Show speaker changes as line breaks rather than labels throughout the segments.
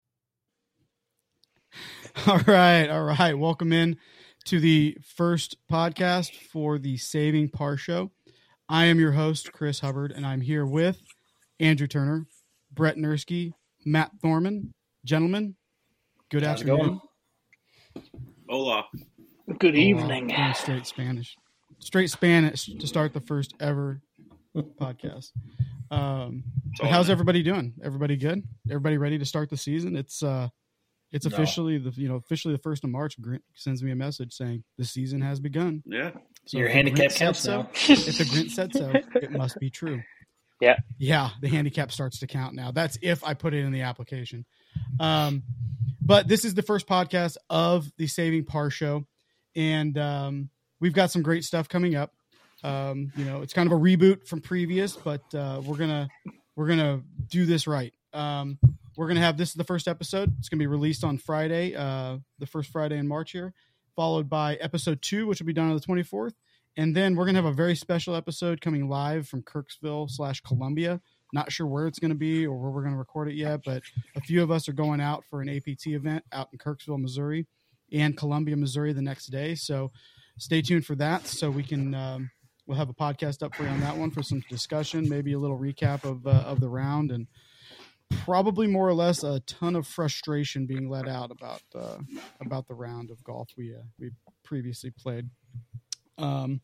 All right, all right. Welcome in to the first podcast for the Saving Par Show. I am your host, Chris Hubbard, and I'm here with Andrew Turner, Brett Nursky, Matt Thorman. Gentlemen, good
How's it
afternoon.
going? Hola.
Good
Oh,
evening.
wow. Doing Straight Spanish. Straight Spanish to start the first ever podcast. Um, but how's
awesome.
everybody doing? Everybody good? Everybody ready to start the season? It's uh, it's
No.
officially the you know officially the first of March. Grint sends me a message saying the season has begun.
Yeah.
So
Your
if
handicap
Grint
counts
said so-
now.
If the Grint said so, it must be true.
Yeah.
yeah. The handicap starts to count now. That's if I put it in the application. Um, but this is the first podcast of the Saving Par Show, and um, we've got some great stuff coming up. Um, you know, it's kind of a reboot from previous, but uh, we're gonna we're gonna do this right. Um, we're gonna have this is the first episode. It's gonna be released on Friday, uh, the first Friday in March here, followed by episode two, which will be done on the twenty fourth, and then we're gonna have a very special episode coming live from Kirksville slash Columbia. Not sure where it's gonna be or where we're gonna record it yet, but a few of us are going out for an APT event out in Kirksville, Missouri, and Columbia, Missouri the next day. So stay tuned for that. So we can um, we'll have a podcast up for you on that one for some discussion, maybe a little recap of uh, of the round, and probably more or less a ton of frustration being let out about uh, about the round of golf we uh, we previously played. Um,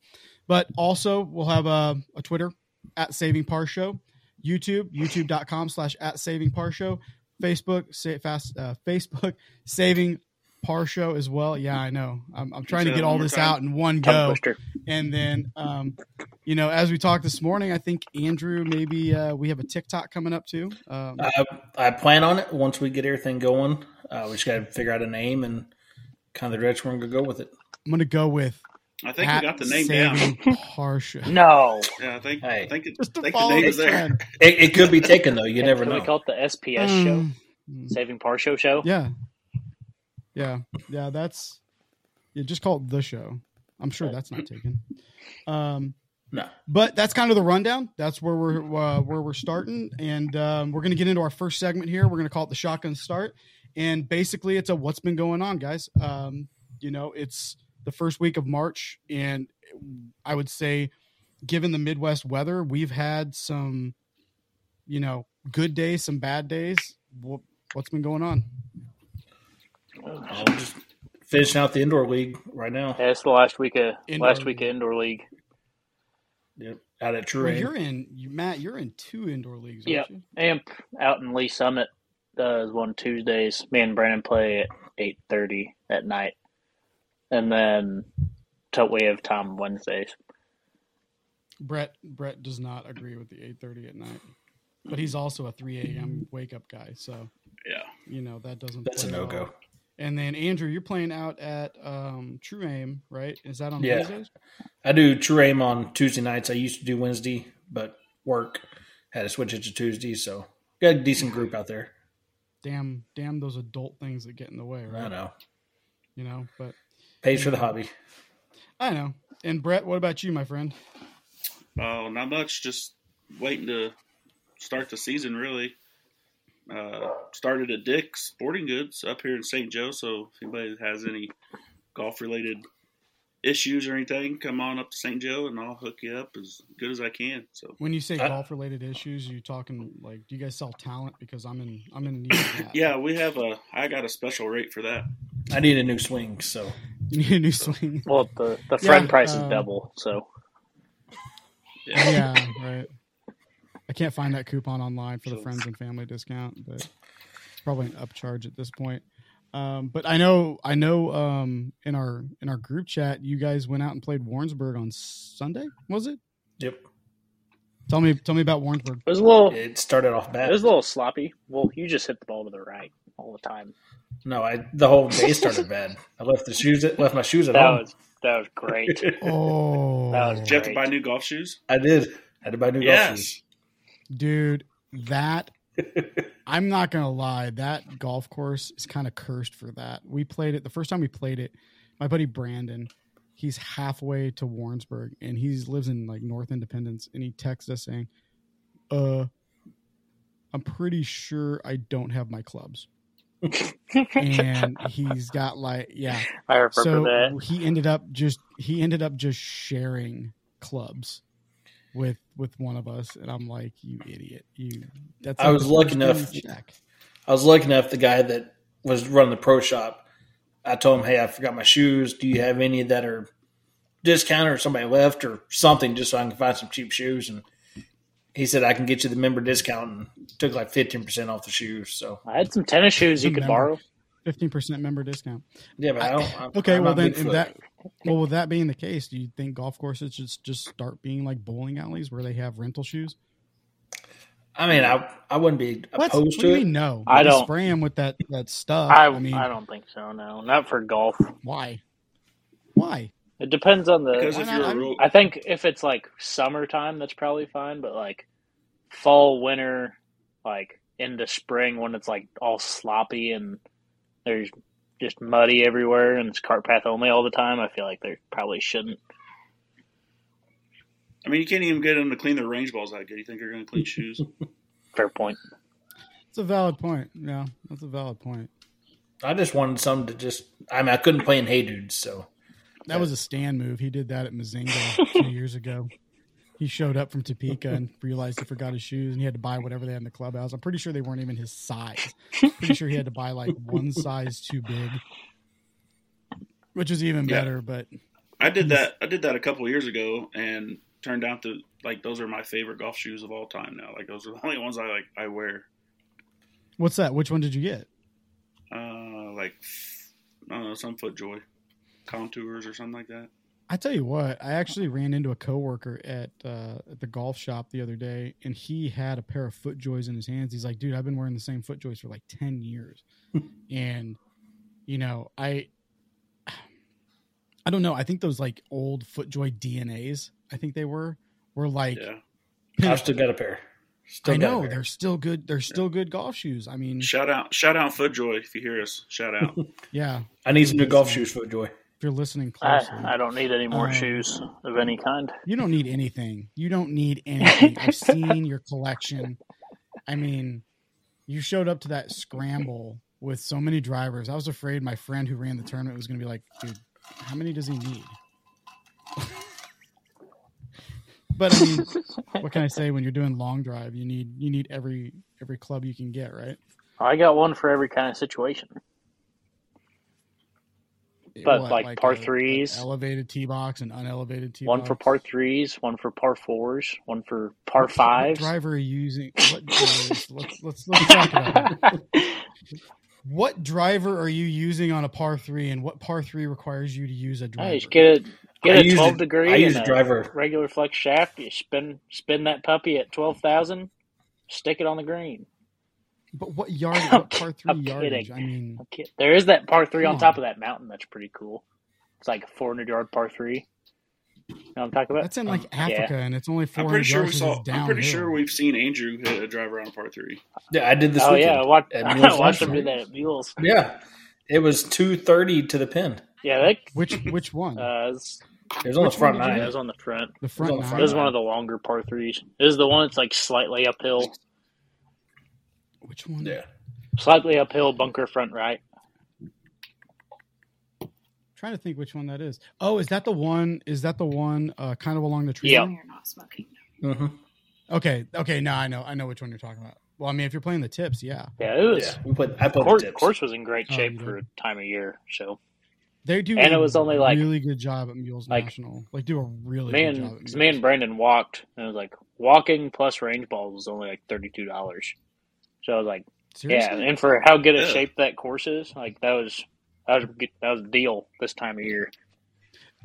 but also we'll have a, a Twitter at Saving Par Show, YouTube youtube.com slash at Saving Par Show, Facebook say fast uh, Facebook Saving Par Show as well. Yeah, I know. I'm, I'm trying to
that
get
one
all
more
this
time.
out in one
Tongue
go.
twister.
And then, um, you know, as we talked this morning, I think Andrew, maybe uh, we have a TikTok coming up too. Um,
Uh,
I, Uh, I plan on it once we get everything going. Uh, we just got to figure out a name and kind of the direction we're going to go with it.
I'm going to go with
I think
at
we got the name down.
Saving Parsha.
No.
Yeah, I think
Hey.
I think it,
Just
I
to
think the
follow
name
the
is there.
trend.
It, it could be taken though. You never
Can
know.
we call it the SPS show?
Um,
Saving Par Show show?
yeah, yeah, yeah. That's yeah. Just call it the show. I'm sure that's not taken. Um,
no.
but that's kind of the rundown. That's where we're uh, where we're starting, and um, we're going to get into our first segment here. We're going to call it the shotgun start, and basically, it's a what's been going on, guys. Um, you know, it's the first week of March, and I would say, given the Midwest weather, we've had some, you know, good days, some bad days. Wha- What's been going on?
I'm just finishing out the indoor league right now.
That's the last week of
Indoor
last
league.
week of indoor league.
Yep. Out at
Well,
True.
you're in, you, Matt. You're in two indoor leagues, aren't
Yep.
you?
AMP out in Lee Summit does one Tuesdays. Me and Brandon play at eight thirty at night. And then till we have time Wednesdays.
Brett Brett does not agree with the 8:30 at night, but he's also a 3 a.m. wake up guy, so
Yeah.
you know that doesn't.
That's a
play at
no
all.
go.
And then Andrew, you're playing out at um, True Aim, right? Is that on
Yeah.
Wednesdays?
I do True Aim on Tuesday nights. I used to do Wednesday, but work had to switch it to Tuesday. So got a decent group out there.
Damn, damn those adult things that get in the way,
I
right?
know.
You know, but
Pays for the hobby.
I know. And Brett, what about you, my friend?
Oh, not much. Just waiting to start the season really. Uh, started at Dick's Sporting Goods up here in St. Joe, so if anybody has any golf related issues or anything, come on up to St. Joe and I'll hook you up as good as I can. So
When you say
Uh,
golf related issues, are you talking like do you guys sell talent? Because I'm in I'm in need of that.
yeah, we have a I got a special rate for that.
I need a new swing. So
you need a new swing.
Well the, the
Yeah,
friend price is
um,
double, so
Yeah.
yeah, right. I can't find that coupon online for the
So-
friends and family discount, but it's probably an upcharge at this point. Um, but I know, I know. Um, in our in our group chat, you guys went out and played Warrensburg on Sunday. Was it?
yep.
Tell me, tell me about Warrensburg.
it was a little
It started off bad.
it was a little sloppy. Well, you just hit the ball to the right all the time.
No, I the whole day started bad. I left the shoes at, left my shoes at
That
home.
was that was great.
Oh,
That was
Did you have to
Right.
buy new golf shoes?
I did. Had to buy new golf shoes.
dude, that I'm not gonna lie, that golf course is kind of cursed for that. We played it the first time we played it. My buddy Brandon, he's halfway to Warrensburg, and he lives in like North Independence, and he texts us saying, "Uh, I'm pretty sure I don't have my clubs." and he's got like yeah.
I remember
So
that.
he ended up just he ended up just sharing clubs with with one of us, and I'm like, you idiot, you. That's
I
like
was
the
lucky
first
enough-
green check.
I was lucky enough. The guy that was running the pro shop, I told him, "Hey, I forgot my shoes. Do you have any that are discounted or somebody left or something, just so I can find some cheap shoes?" And he said, "I can get you the member discount." And took like fifteen percent off the shoes. So
I had some tennis shoes you
Some
could
memory.
borrow.
Fifteen percent member discount.
yeah, but I don't. I'm,
Okay,
I'm
well
not
then,
Bigfoot.
if that well, with that being the case, do you think golf courses should just just start being like bowling alleys where they have rental shoes?
I mean, I I wouldn't be
What?
opposed
What do
to
you
it.
mean no?
I
They
don't-
spray them with that that stuff.
I,
I,
I,
mean,
don't think so. No, not for golf.
why? Why?
It depends on
Because
the.
if
Why
you're
not?
a real,
I think if it's like summertime, that's probably fine. But like fall, winter, like into spring when it's like all sloppy and there's just muddy everywhere and it's cart path only all the time, I feel like there probably shouldn't.
I mean, you can't even get them to clean their range balls that good. You think they're going to clean shoes?
Fair point.
It's a valid point. Yeah, that's a valid point.
I just wanted some to just. I mean, I couldn't play in Hey Dudes, so
That was a stand move. He did that at Mazinga two years ago. He showed up from Topeka and realized he forgot his shoes and he had to buy whatever they had in the clubhouse. I'm pretty sure they weren't even his size. Pretty sure he had to buy like one size too big, which is even
Yeah.
better. But
I did that. I did that a couple of years ago, and turned out to like those are my favorite golf shoes of all time now. Like those are the only ones I like. I wear.
what's that? Which one did you get?
Uh, like I don't know, some FootJoy contours or something like that.
I tell you what, I actually ran into a coworker at uh, at the golf shop the other day, and he had a pair of foot joys in his hands. He's like, "Dude, I've been wearing the same foot joys for like ten years," and you know, I I don't know. I think those like old foot joy DNAs, I think they were, were like
Yeah.
I've still got a pair. Still
I
got a
know
pair.
they're still good. They're still good golf shoes. I mean,
Shout out, shout out FootJoy if you hear us. Shout out.
yeah, if
I need some new golf shoes for Joy.
you're listening
I,
closely,
I don't need any more
Um,
shoes of any kind.
you don't need anything. You don't need anything. I've seen your collection. I mean, you showed up to that scramble with so many drivers. I was afraid my friend who ran the tournament was going to be like, dude, how many does he need? but I mean, what can I say when you're doing long drive? You need you need every every club you can get, right?
I got one for every kind of situation. But, like, par
a-
threes?
an elevated tee box, and unelevated tee
One
box.
for par threes, one for par fours, one for par
What
fives.
driver are you using? What let's, let's, let's talk about that. What driver are you using on a par three, and what par three requires you to use a driver?
Hey, just get a get
I
a
used
twelve
a-
degree.
I used
and
a driver.
regular flex shaft. You spin spin that puppy at twelve thousand. Stick it on the green.
but what yard? What par 3
I'm
yardage?
kidding.
I mean,
Okay. There is that par three on
Come
top
on.
of that mountain. That's pretty cool. It's like a four hundred yard par three. You know what um, I'm talking about?
that's in like Africa, and it's only four
I'm pretty
hundred
sure we
yards. 'cause
saw.
it's
I'm pretty
downhill.
sure we've seen Andrew hit a driver on a par three.
Yeah, I did this.
oh
weekend.
yeah, I watched,
at
I
Mules
watched
National.
him do that at Mules.
Yeah, it was two thirty to the pin.
Yeah, that
Which which one?
uh, it's-
It was on the
Which one
front
did you
yeah, it
nine.
was on the front.
the front
on the
nine.
front
This is one of the longer par threes. This is the one that's like slightly uphill,
Which one?
Yeah,
slightly uphill bunker front right.
trying to think which one that is. Oh, is that the one? Is that the one? Uh, kind of along the tree.
Yeah.
line?
You're not smoking.
Mm-hmm.
hmm
Okay. Okay. Now I know. I know which one you're talking about. Well, I mean, if you're playing the tips, yeah,
Yeah, it was.
yeah. We put. I put
Course,
the tips.
course was in great
Oh,
shape
you
for time of year. So
they do.
And it
a
was only, like-
really good job at Mules
like,
National. Like do a really
me
good job.
and
At
'cause me and Brandon walked, and it was like walking plus range balls was only like thirty two dollars. So I was like,
Seriously?
yeah, and for how good a
Yeah.
shape that course is, like that was that was a good- that was a deal this time of year.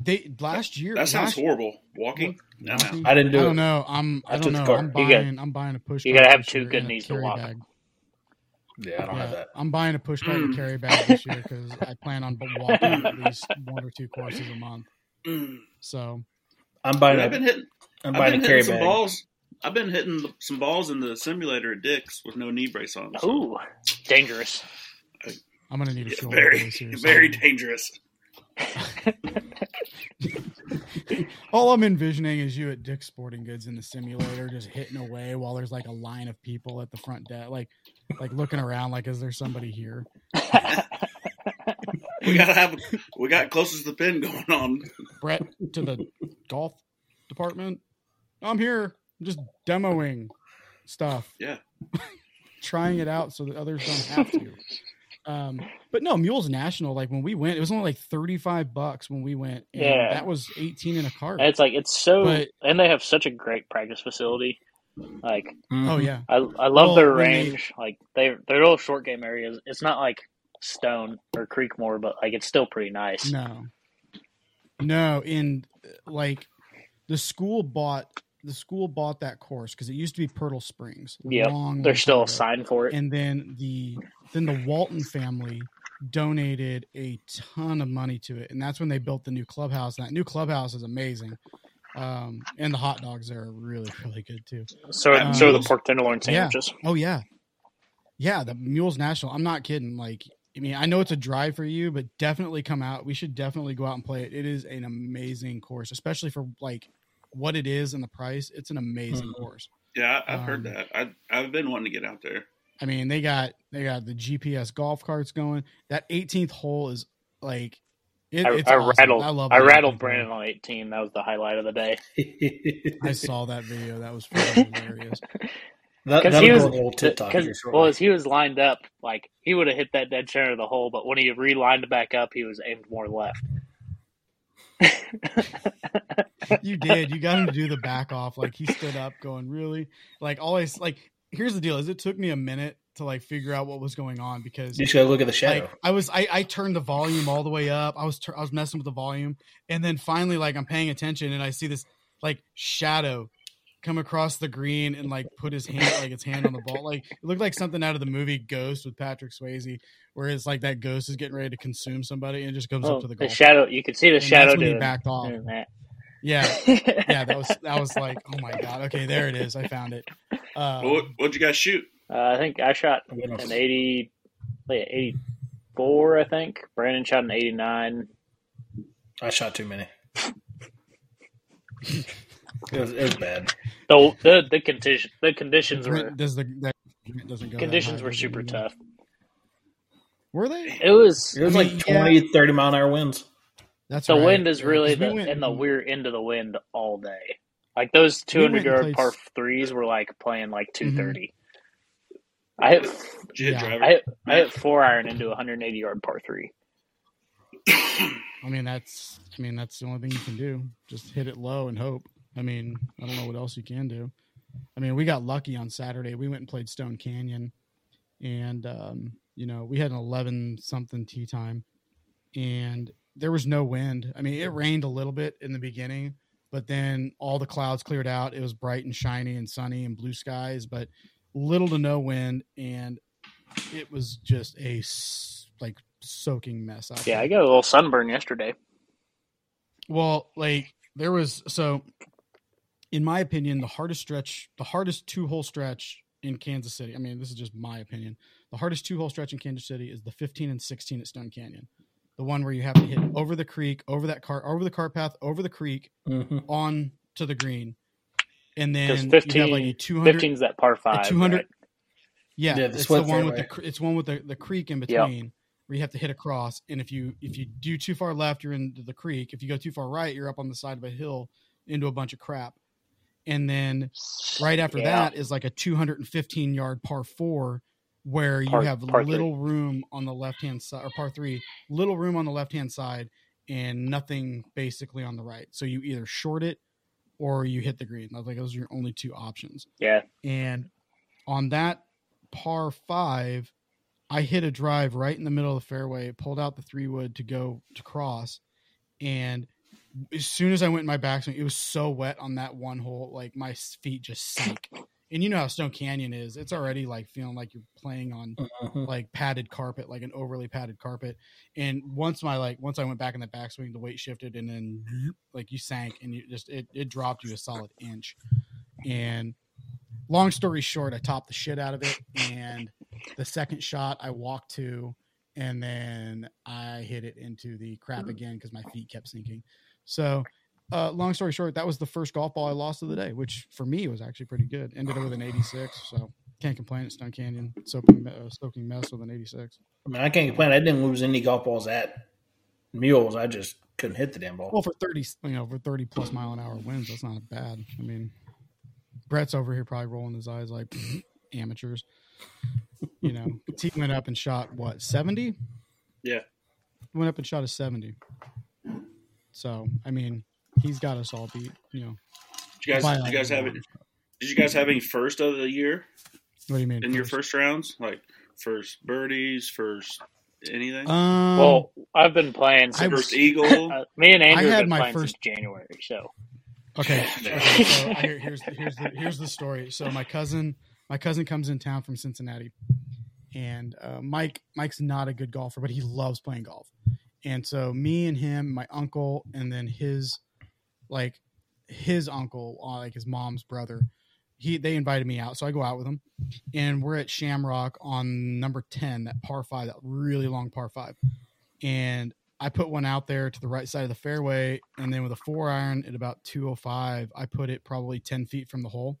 They last year.
That sounds
last-
horrible. Walking. No, no.
I didn't do
I
it.
don't know. I'm. I
I
don't
took the
know.
cart.
I'm
You
buying.
got-
I'm buying a push.
you
cart
gotta have
this
two
year
good
and a
knees to
carry
walk.
bag.
Yeah, I don't have
Yeah,
that.
I'm buying a push cart and a carry bag this year because I plan on walking at least one or two courses a month.
Mm.
So
I'm buying.
Dude,
A,
I've been hitting.
I'm
I've
buying
been
a carry
hitting some
bag.
balls. I've been hitting some balls in the simulator at Dick's with no knee brace on.
Oh,
so-
Ooh, dangerous.
I'm gonna need a
Yeah,
shoulder
very,
brace here.
very
soon.
dangerous.
All I'm envisioning is you at Dick's Sporting Goods in the simulator, just hitting away while there's like a line of people at the front desk. Like like looking around, like, is there somebody here?
We gotta have we got closest to the pin going on.
Brett to the golf department. I'm here, I'm just demoing stuff.
Yeah.
Trying it out so that others don't have to. Um, but no, Mules National, like when we went, it was only like 35 bucks when we went. And
Yeah.
That was 18 in a cart.
And it's like it's so,
But-
and they have such a great practice facility. Like
oh, yeah.
I, I love
Well,
their
when they-
range. like they their little short game areas. It's not like Stone or Creekmore, but like it's still pretty nice.
No. No, and uh, like the school bought the school bought that course because it used to be Pirtle Springs.
Yep.
Long, long
There's still
time
a
ago.
sign for it.
and then the then the Walton family donated a ton of money to it, and that's when they built the new clubhouse. And that new clubhouse is amazing, um, and the hot dogs there are really really good too.
So
um,
so are the pork tenderloin
yeah.
sandwiches.
Oh yeah, yeah. The Mules National. I'm not kidding. Like, I mean, I know it's a drive for you, but definitely come out. We should definitely go out and play it. It is an amazing course, especially for like what it is and the price. It's an amazing
Mhm.
course.
Yeah, I, I've
Um,
heard that. I I've been wanting to get out there.
I mean, they got they got the GPS golf carts going. That 18th hole is like it,
I,
it's
I
awesome.
rattled I,
I love. that 18th
rattled
hole.
Brandon on 18. That was the highlight of the day.
Mm-hmm.
I saw that video. That was freaking hilarious.
that,
Because he
that'll
was
go on the old TikTok
because-
here shortly.
well, as he was lined up, like he would have hit that dead center of the hole, but when he relined back up, he was aimed more left.
You did. You got him to do the back off. Like he stood up, going really like always. Like here's the deal: is it took me a minute to like figure out what was going on because
you just gotta look at the shadow.
like I was I, I turned the volume all the way up. I was tur- I was messing with the volume, and then finally like I'm paying attention, and I see this like shadow come across the green and like put his hand like its hand on the ball. Like it looked like something out of the movie Ghost with Patrick Swayze, where it's like that ghost is getting ready to consume somebody and it just comes
Well,
up to
Oh, the,
the golf.
shadow, you could see the
and
shadow
that's when he
doing,
backed off.
doing that.
Yeah, yeah, that was that was like oh my god. Okay, there it is. I found it. Um,
what what'd you guys shoot?
Uh, I think I shot
I'm gonna-
an 80, like 84, I think. Brandon shot an 89.
I shot too many. it, was, it was bad.
The the the condition the conditions were
Brent does the that Brent doesn't go that
conditions
high,
were
does it?
super tough.
Were they?
It was
It was
I
like
mean, yeah.
20, 30 mile an hour winds.
That's
the
right.
wind is
Yeah,
really
'cause we
the,
went-
in the we're into the wind all day. Like those
We
200
went and
yard
played
par
s- Mm-hmm.
threes were like playing like 230. I hit
Did you hit
Yeah.
driver?
I hit, I hit four iron into a 180 yard par three.
I mean, that's I mean, that's the only thing you can do. Just hit it low and hope. I mean, I don't know what else you can do. I mean, we got lucky on Saturday. We went and played Stone Canyon, and um, you know, we had an eleven something tea time, and there was no wind. I mean, it rained a little bit in the beginning, but then all the clouds cleared out. It was bright and shiny and sunny and blue skies, but little to no wind, and it was just a s- like soaking mess out
Yeah, I got a little sunburn yesterday.
well, like there was so in my opinion, the hardest stretch, the hardest two hole stretch in Kansas City. I mean, this is just my opinion. The hardest two hole stretch in Kansas City is the 15 and 16 at Stone Canyon. The one where you have to hit over the creek, over that car, over the cart path, over the creek,
Mm-hmm.
on to the green. And
Because
then you have like a
15
200
15's that par five.
200
right?
yeah,
Yeah, the
it's the
split
one with the
fairway.
cr- it's one with the, the creek in
Yeah.
between where you have to hit across. And if you if you do too far left, you're into the creek. If you go too far right, you're up on the side of a hill into a bunch of crap. And then right after
Yeah.
that is like a 215 yard par four where
Par-
you have
par three.
little room on the left hand side or par three, little room on the left hand side and nothing basically on the right. So you either short it or you hit the green. Like those are your only two options.
Yeah.
And on that par five, I hit a drive right in the middle of the fairway, pulled out the three wood to go to cross. And as soon as I went in my backswing, it was so wet on that one hole. Like my s- feet just sank. And you know how Stone Canyon is. It's already like feeling like you're playing on
Mm-hmm.
like padded carpet, like an overly padded carpet. And once my like once I went back in the backswing, the weight shifted and then like you sank and you just it, it dropped you a solid inch. And long story short, I topped the shit out of it. And the second shot I walked to and then I hit it into the crap again because my feet kept sinking. So uh, long story short, that was the first golf ball I lost of the day, which for me was actually pretty good. Ended up with an 86. So Can't complain at Stone Canyon soaking, uh, soaking mess with an 86.
I mean, I can't complain. I didn't lose any golf balls at mules. I just couldn't hit the damn ball.
Well, for 30, you know, for 30 plus mile an hour winds, that's not bad. I mean, Brett's over here probably rolling his eyes like amateurs. You know, he went up and shot what, 70?
Yeah.
Went up and shot a 70. So, I mean, he's got us all beat, you know.
Did you
by
guys, did you
like
guys have
one.
it? Did you guys have any first of the year
What do you mean?
in your first rounds? Like first birdies, first anything,
Um,
well, I've been playing
I
since
first eagle.
uh, me and Andrew
I
have
had
been
my
playing
first-
since January. So
Okay. okay, so I hear, here's the, here's the here's the story. So my cousin my cousin comes in town from Cincinnati, and uh, Mike Mike's not a good golfer, but he loves playing golf. And so me and him, my uncle, and then his like his uncle, uh, like his mom's brother, he they invited me out, so I go out with them, and we're at Shamrock on number ten, that par five, that really long par five, and I put one out there to the right side of the fairway, and then with a four iron at about 205, I put it probably 10 feet from the hole,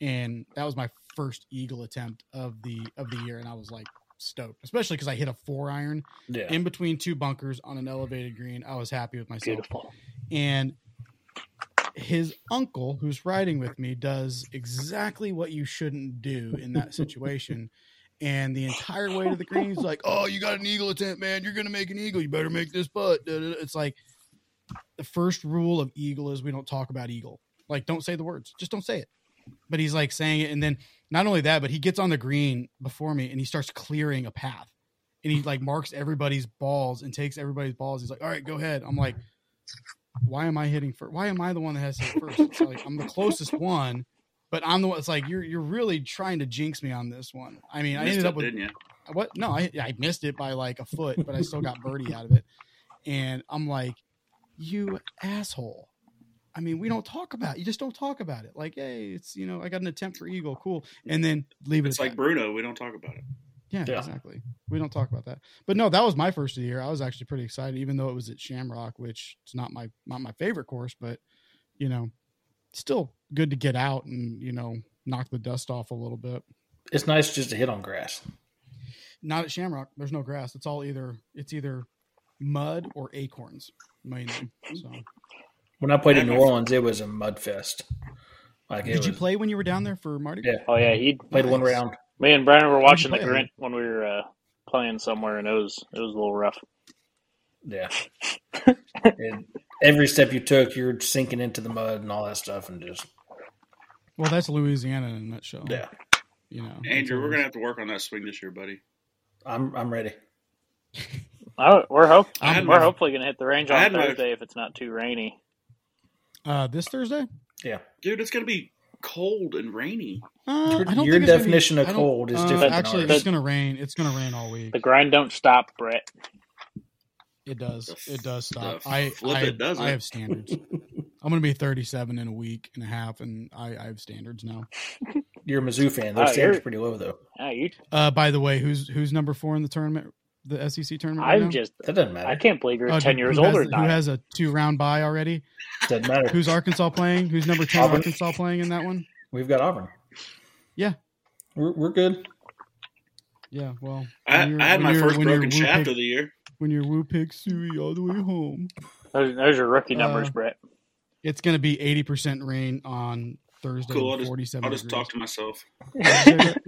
and that was my first eagle attempt of the of the year, and I was like stoked, especially because I hit a four iron
Yeah.
in between two bunkers on an elevated green. I was happy with myself
beautiful.
and his uncle who's riding with me does exactly what you shouldn't do in that situation and the entire way to the green he's like oh you got an eagle attempt man you're gonna make an eagle you better make this putt Da, da, da. it's like the first rule of eagle is we don't talk about eagle like don't say the words just don't say it but he's like saying it and then not only that but he gets on the green before me and he starts clearing a path and he like marks everybody's balls and takes everybody's balls he's like all right go ahead i'm like why am I hitting first? Why am I the one that has to hit first? It's like I'm the closest one, but I'm the one. It's like you're you're really trying to jinx me on this one. I mean, I
Missed
ended
it,
up with
didn't you?
what? No, I I missed it by like a foot, but I still got birdie out of it. And I'm like, you asshole. I mean, we don't talk about. You just don't talk about it. Like, hey, it's you know, I got an attempt for eagle, cool, and then leave it.
It's
at
like
that.
Bruno. We don't talk about it.
Yeah,
Yeah.
exactly. We don't talk about that. But no, that was my first of the year. I was actually pretty excited, even though it was at Shamrock, which is not my not my favorite course, but you know, still good to get out and you know knock the dust off a little bit.
It's nice just to hit on grass.
Not at Shamrock. There's no grass. It's all either it's either mud or acorns mainly. So
When I played in New Orleans, it was a mud fest. Like it
did you
was-
play when you were down there for Marty?
Yeah.
Oh yeah, he
Played one
Nice.
round.
me and Brandon were watching the
play him?
Grint when we were uh, playing somewhere, and it was it was a little rough.
Yeah. and every step you took, you're sinking into the mud and all that stuff, and just
Well, that's Louisiana in a nutshell.
yeah.
You know,
Andrew,
it's
we're
always-
gonna have to work on that swing this year, buddy.
I'm I'm ready.
Oh, we're hope
I had
we're
my-
hopefully gonna hit the range
I
on
had my-
Thursday if it's not too rainy.
uh, this Thursday.
Yeah.
Dude, it's gonna be cold and rainy.
Uh, I don't think it's
Your
gonna be-
definition of
I don't-
cold is
uh,
different than
Actually,
ours.
it's gonna rain. It's gonna rain all week.
The grind don't stop, Brett.
It does.
The f-
It does stop.
the
I
flip
I,
it does
I
it.
have standards. I'm gonna be 37 in a week and a half, and I, I have standards now.
You're a Mizzou fan. Their
Oh,
standards
you're-
pretty low though.
Ah, you,
Uh, by the way, who's who's number four in the tournament? The SEC tournament. right
I'm
now?
just
That doesn't matter.
I can't believe you're
Oh,
ten
dude,
years
who has-
older
Who
than I. am.
has a two round bye already?
Doesn't matter.
Who's Arkansas playing? Who's number ten?
Auburn.
Arkansas playing in that one?
We've got Auburn.
Yeah.
We're, we're good.
Yeah. Well,
I,
when you're-
I had
when
my
you're-
first
when you're
broken
Woo
shaft
Pig-
of the year.
when you're Woo Pig Suey all the way home.
Those, those are rookie
Uh,
numbers, Brett.
It's gonna be 80 percent rain on Thursday.
Cool. I'll
and
just,
47
I'll just
degrees.
talk to myself.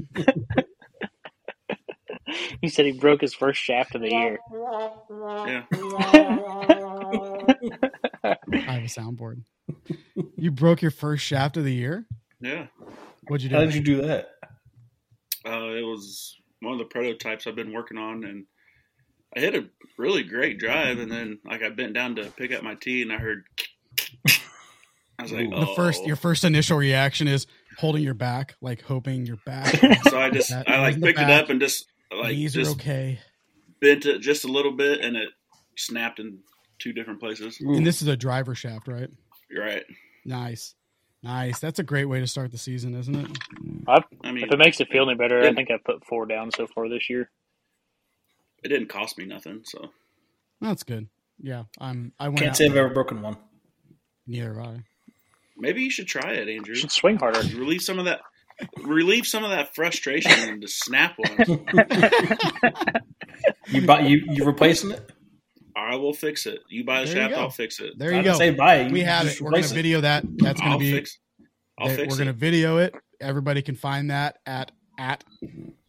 He said he broke his first shaft of the year.
Yeah.
I have a soundboard. you broke your first shaft of the year.
Yeah.
What'd you do?
How did you do that?
Uh, it was one of the prototypes I've been working on, and I hit a really great drive, and then like I bent down to pick up my tee, and I heard. I was like,
Ooh.
oh.
the first, your first initial reaction is holding your back, like hoping your back,
So I just,
That
I like
in the
picked it
back.
up and just like
knees are
just
okay.
bent it just a little bit, and it snapped in two different places.
And this is a driver shaft, right?
You're right.
Nice, nice. That's a great way to start the season, isn't it?
I mean,
If it makes it feel any better, I think I've put four down so far this year.
it didn't cost me nothing, so
That's good. Yeah, I'm. I went
Can't
out.
say I've ever broken one.
Neither have I.
maybe you should try it, Andrew.
Should swing harder.
Relieve some of that. relieve some of that frustration and just snap one.
You buy you you replacing it?
I will fix it. You buy the
There you
shaft,
go.
I'll fix it.
There you
I didn't
go.
Say buy it.
we
you
have
just
it. We're going
replace
to
it.
video that. That's going to
I'll
be.
fix. I'll
that-
fix
we're
it.
going to video it. Everybody can find that at at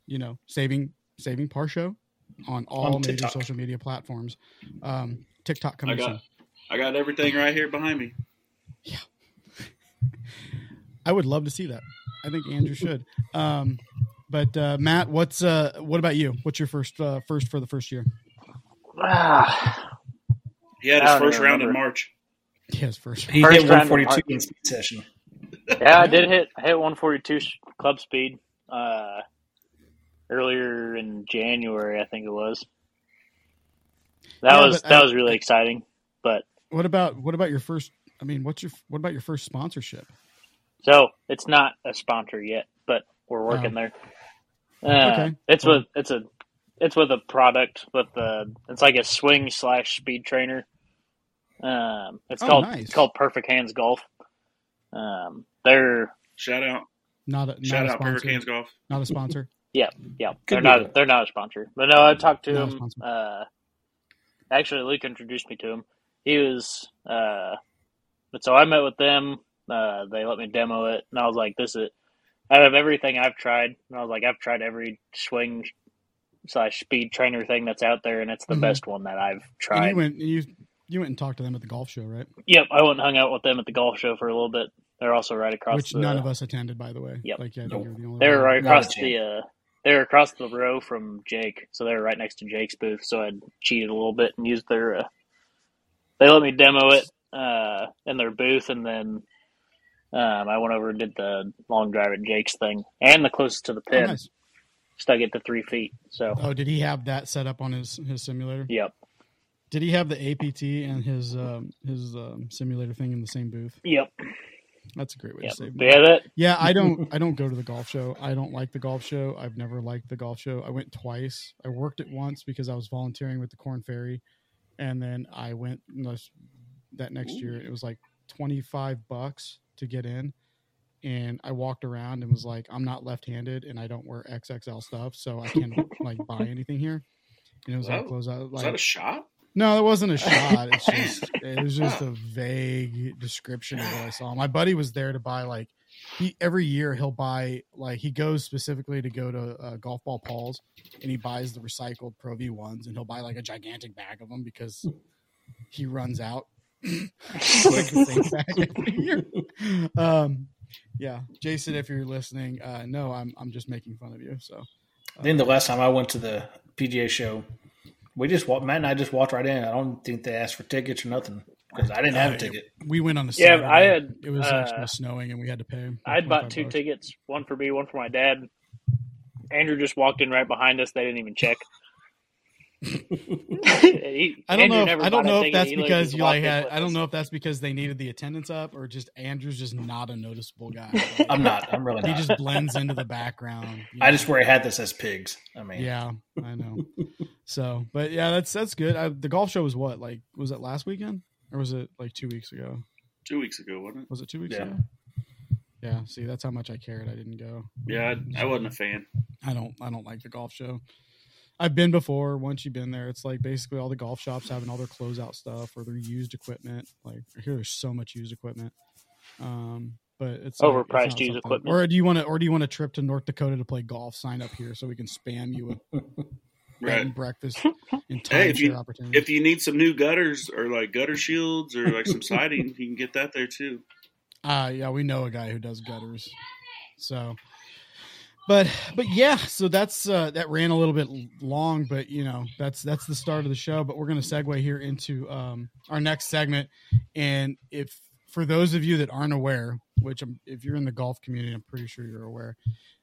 you know saving saving par show on all
On
major
TikTok.
social media platforms. Um, TikTok
I
coming soon.
got, I got everything right here behind me.
I would love to see that. I think Andrew should. Um, but uh, Matt, what's uh, what about you? What's your first uh, first for the first year?
Ah,
He had
I
his
don't
first
even
round in
remember.
March.
Yes, first.
He
First
hit
round of
142
parking.
in speed session.
yeah, I did hit I hit 142 club speed uh, earlier in January, I think it was. That
Yeah,
was
but
that
I-
was really exciting, but
What about what about your first? I mean, what's your what about your first sponsorship?
So it's not a sponsor yet, but we're working there. Uh,
Oh. Okay.
It's
Cool.
with it's a it's with a product with the it's like a swing slash speed trainer. Um, it's
Oh,
called
nice.
it's called Perfect Hands Golf. Um, they're
Shout out,
Not a
shout
not a
out, Perfect
sponsor.
Hands Golf.
Not a sponsor.
yeah
Could
they're
be
not
that.
they're not a sponsor, but no, I talked to
Not a
him.
sponsor.
Uh, actually, Luke introduced me to him. He was uh, but so I met with them. Uh, they let me demo it, and I was like, "This is out of everything I've tried." And I was like, "I've tried every swing slash speed trainer thing that's out there, and it's the
Mhm.
best one that I've
And
tried."
you went you you went and talked to them at the golf show, right?
yep, I went and hung out with them at the golf show for a little bit. They're also right across
Which
the.
none of us attended, by the way.
Yep.
Like yeah, I think
Nope.
you're the only
they were
one.
right
Mm, Not a
across the. Uh, they were across the row from Jake, so they were right next to Jake's booth. So I cheated a little bit and used their. Uh, they let me demo it uh, in their booth, and then um, I went over and did the long drive at Jake's thing and the closest to the
Oh,
pin.
nice.
Stuck it to three feet. So
Oh, did he have that set up on his his simulator?
yep,
Did he have the APT and his um, his um, simulator thing in the same booth?
yep,
That's a great way
yep.
to save
But
money.
yeah, that
Yeah, I don't I don't go to the golf show. I don't like the golf show. I've never liked the golf show. I went twice. I worked it once because I was volunteering with the Corn Ferry, and then I went this- that next
Ooh.
year. It was like twenty five bucks to get in, and I walked around and was like, I'm not left handed and I don't wear XXL stuff, so I can't like buy anything here. And it was like
Wow.
close out.
Was
Like,
that a shot?
no, that wasn't a shot. It's just it was just a vague description of what I saw. My buddy was there to buy like he every year he'll buy like he goes specifically to go to uh, golf ball Paul's and he buys the recycled Pro V ones and he'll buy like a gigantic bag of them because he runs out. like the same bag every year. Um, yeah, Jason, if you're listening, uh, no, I'm I'm just making fun of you. So
I think the last time I went to the PGA show, we just walked. Matt and I just walked right in. I don't think they asked for tickets or nothing because I didn't have a ticket.
we went on a
Yeah, I
Saturday.
had,
it was
uh,
actually snowing and we had to pay. like,
I'd
25
bought two
bucks.
tickets, one for me, one for my dad. Andrew just walked in right behind us. They didn't even check. He-
I don't
Andrew
know. If,
never
I don't
bought a
know if
ticket.
that's
He, like,
because
just
you
walked
like
in
had.
with
I don't
us.
know if that's because they needed the attendance up or just Andrew's just not a noticeable guy.
I'm not. I'm really
he
not.
just blends into the background. you
I
know?
just wear a hat that says pigs. I mean,
Yeah, I know. So, but yeah, that's that's good. I, the golf show was what like was it last weekend or was it like two weeks ago?
Two weeks ago, wasn't
Was it two weeks
Yeah.
ago? Yeah. See, that's how much I cared. I didn't go.
it? Yeah, I, I wasn't a fan.
I don't I don't like the golf show. I've been before. Once you've been there, it's like basically all the golf shops having all their closeout stuff or their used equipment. Like I hear there's so much used equipment. Um, but it's like, it's
Overpriced
not
used
something-
equipment.
Or do you want to? Or do you want a trip to North Dakota to play golf? Sign up here so we can spam you with bed
Right.
and breakfast and timeshare
Hey, if you-
opportunities.
If you need some new gutters or like gutter shields or like some siding, you can get that there too.
Uh yeah, we know a guy who does gutters. So but but yeah, so that's uh that ran a little bit l- long, but you know, that's that's the start of the show, but we're going to segue here into um our next segment and if for those of you that aren't aware, which I'm, if you're in the golf community, I'm pretty sure you're aware,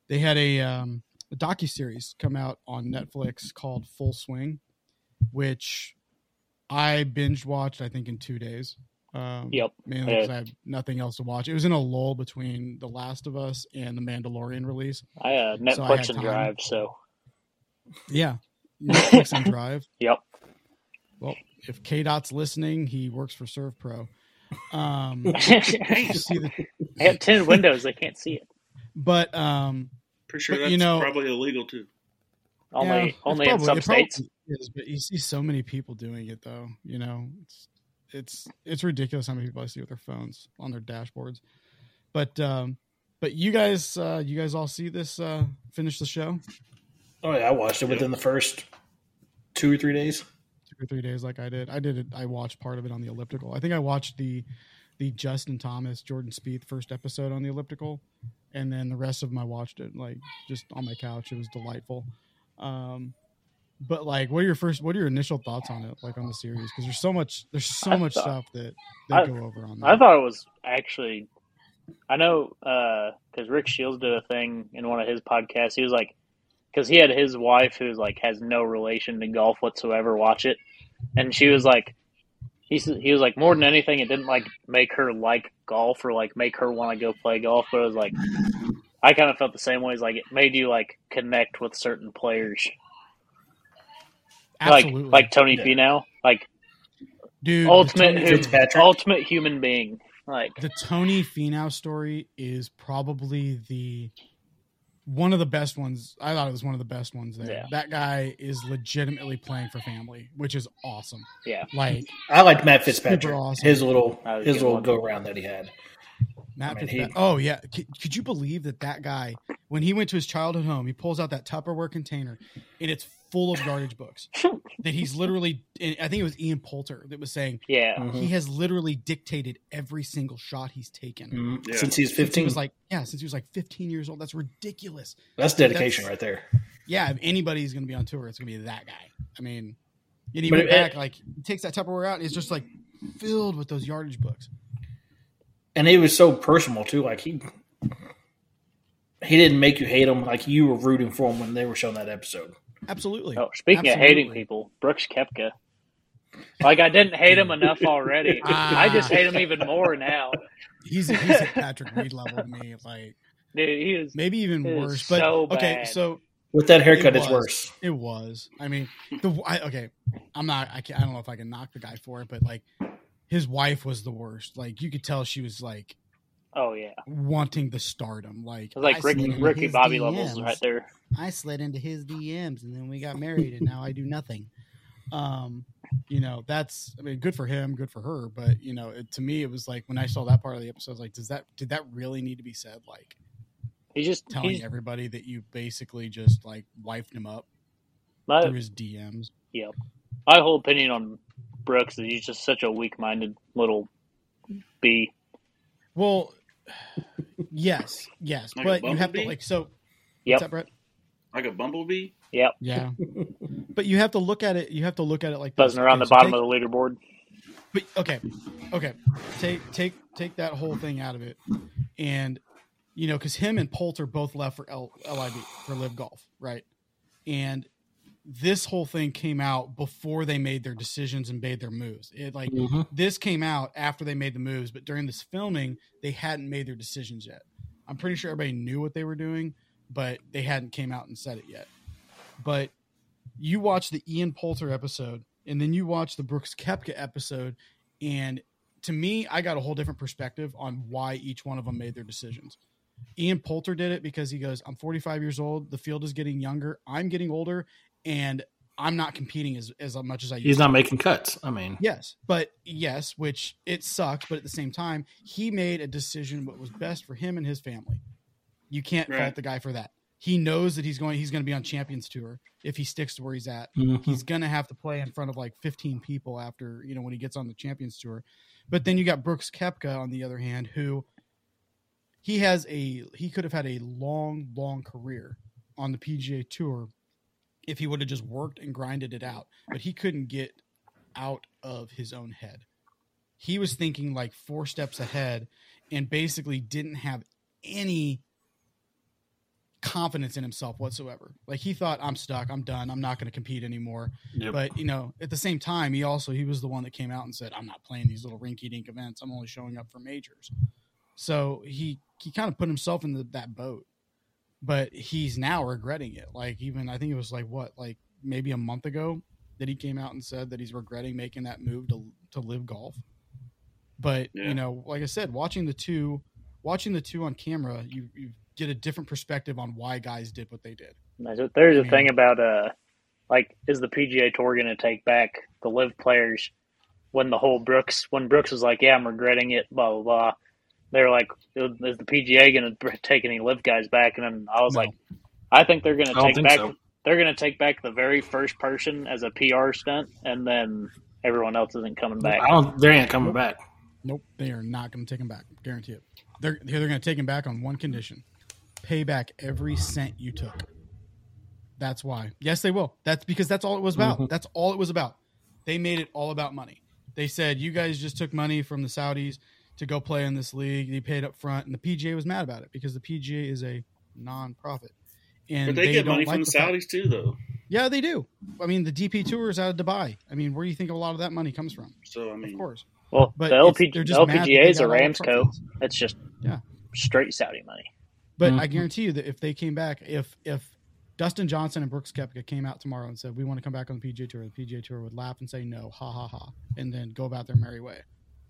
they had a um a docu series come out on Netflix called Full Swing, which I binge watched I think in 2 days. Um
Yep.
mainly
Yeah.
because I had nothing else to watch. It was in a lull between The Last of Us and The Mandalorian release.
I uh,
So I
Netflix
had
and
time.
Drive, so
Yeah, Netflix and Drive.
Yep.
Well, if K Dot's listening, he works for Serve Pro. Um,
I
see the,
have ten windows. I can't see it.
But um,
Pretty sure
But,
that's
you know-
probably illegal too.
yeah,
Only
it's
only in
probably-
some
it probably
states.
is, but you see so many people doing it though. You know, it's it's it's ridiculous how many people I see with their phones on their dashboards. But um, but you guys, uh, you guys all see this uh, finish the show
Oh yeah, I watched it
Yeah.
within the first two or three days.
two or three days like I did. I did it. I watched part of it on the elliptical. I think I watched the the Justin Thomas Jordan Spieth first episode on the elliptical, and then the rest of them I watched it like just on my couch. It was delightful. Um, but like, what are your first? What are your initial thoughts on it? Like on the series because there's so much. There's so
I
much
thought-
stuff that they
I-
go over on. That.
I thought it was actually. I know because Rick Shields did a thing in one of his podcasts. He was like, because he had his wife who's like has no relation to golf whatsoever watch it, and she was like, he s- he was like more than anything, it didn't like make her like golf or like make her want to go play golf, but it was like. I kind of felt the same way. It's like it made you like connect with certain players,
Absolutely,
like like Tony
Yeah.
Finau, like
dude. the
ultimate
Tony-
who,
Fitzpatrick.
ultimate human being. Like
the Tony Finau story is probably the one of the best ones. I thought it was one of the best ones there.
Yeah.
That guy is legitimately playing for family, which is awesome.
Yeah.
Like
I liked Matt Fitzpatrick.
awesome.
His little
That was a
his
good
little
one.
go round that he had.
Matt
I mean,
Fitzpatrick.
he-
Oh yeah. Could, could you believe that that guy when he went to his childhood home, he pulls out that Tupperware container and it's full of yardage books that he's literally and I think it was Ian Poulter that was saying
yeah,
Mm-hmm.
he has literally dictated every single shot he's taken.
Mm-hmm.
Mhm.
Yeah.
Since he's
Since he
fifteen,
was like yeah, since he was like 15 years old. That's ridiculous.
that's dedication
that's-
right there.
yeah, if anybody's going to be on tour, it's going to be that guy. I mean, and he
But
went
it-
back, like, he takes that Tupperware out, and it's just like filled with those yardage books.
and it was so personal too. Like he he didn't make you hate him. Like you were rooting for him when they were showing that episode.
Absolutely.
Oh, speaking of hating
Absolutely.
people, Brooks Kepka. Like I didn't hate him enough already.
Ah.
I just hate him even more now.
He's he's at Patrick Reed level to me, like,
Dude, he is
maybe even
It is
worse. But,
so
okay,
bad.
so
With that
It
haircut, it's
was.
worse.
it was. I mean, the I, okay, I'm not, I, can, I don't know if I can knock the guy for it, but, like, his wife was the worst. Like, you could tell she was, like,
oh yeah.
wanting the stardom. Like,
It's like
I
Ricky
slid into
Ricky
his
Bobby levels
DMs.
right there.
I slid into his DMs and then we got married and now I do nothing. Um, you know, that's I mean, good for him, good for her, but you know, it, to me it was like when I saw that part of the episode, I was like, does that did that really need to be said? Like
He just
telling
he's,
everybody that you basically just like wiped him up
my Uh,
through his DMs.
my whole opinion on Brooks is he's just such a weak minded little bee.
Well, yes, yes,
Like a
but you have to
bumblebee?
like so.
Yep.
What's up, Brett?
Like a bumblebee.
Yeah, but you have to look at it. You have to look at it like
Buzzing
this. Okay,
around the
so
bottom
take-
of the leaderboard.
But okay, okay, take take take that whole thing out of it, and you know, because him and Poulter both left for L, LIB for Live Golf, right? And this whole thing came out before they made their decisions and made their moves. It like
Mm-hmm.
this came out after they made the moves, but during this filming, they hadn't made their decisions yet. I'm pretty sure everybody knew what they were doing, but they hadn't came out and said it yet. But you watch the Ian Poulter episode and then you watch the Brooks Kepka episode, and to me, I got a whole different perspective on why each one of them made their decisions. Ian Poulter did it because he goes, I'm 45 years old. The field is getting younger. I'm getting older, and I'm not competing as, as much as I used to.
making cuts. I mean,
Yes, but yes, which it sucks, but at the same time, he made a decision what was best for him and his family. You can't
Right.
fault the guy for that. He knows that he's going he's going to be on Champions Tour if he sticks to where he's at.
Hmm.
He's going to have to play in front of like 15 people after, you know, when he gets on the Champions Tour. But then you got Brooks Kepka on the other hand who he has a he could have had a long long career on the PGA Tour if he would have just worked and grinded it out, but he couldn't get out of his own head. He was thinking like four steps ahead and basically didn't have any confidence in himself whatsoever. Like he thought I'm stuck, I'm done, I'm not going to compete anymore.
Yep.
But, you know, at the same time, he also he was the one that came out and said I'm not playing these little rinky-dink events. I'm only showing up for majors. So, he he kind of put himself in the, that boat. But he's now regretting it. Like even I think it was like what, like maybe a month ago that he came out and said that he's regretting making that move to to live golf. But
Yeah.
you know, like I said, watching the two, watching the two on camera, you you get a different perspective on why guys did what they did.
There's a, there's a thing about uh, like, is the PGA Tour going to take back the live players when the whole Brooks when Brooks was like, yeah, I'm regretting it, blah blah blah. They're like, is the PGA going to take any live guys back? And then I was
No.
like, I think they're going
I
to
don't
take
think
back.
so.
They're going to take back the very first person as a PR stunt, and then everyone else isn't coming back.
I don't. They ain't coming back.
Nope, they are not going to take him back. Guarantee it. They're they're going to take him back on one condition: pay back every cent you took. That's why. Yes, they will. That's because that's all it was about.
Mhm.
That's all it was about. They made it all about money. They said you guys just took money from the Saudis to go play in this league. They paid up front, and the PGA was mad about it because the PGA is a non-profit. And
But they, get
don't
money
like
from the
fact-
Saudis too, though.
Yeah, they do. I mean, the DP Tour is out of Dubai. I mean, where do you think a lot of that money comes from?
So I
Of
mean,
course.
well,
But
the
it's-
LP,
they're
the
just mad that
LPGA is
they
a
got all the
Ramsco.
profits.
It's just
Yeah.
straight Saudi money.
But I
Mhm.
guarantee you that if they came back, if if Dustin Johnson and Brooks Koepka came out tomorrow and said we want to come back on the PGA Tour, the PGA Tour would laugh and say no, ha ha ha, and then go about their merry way.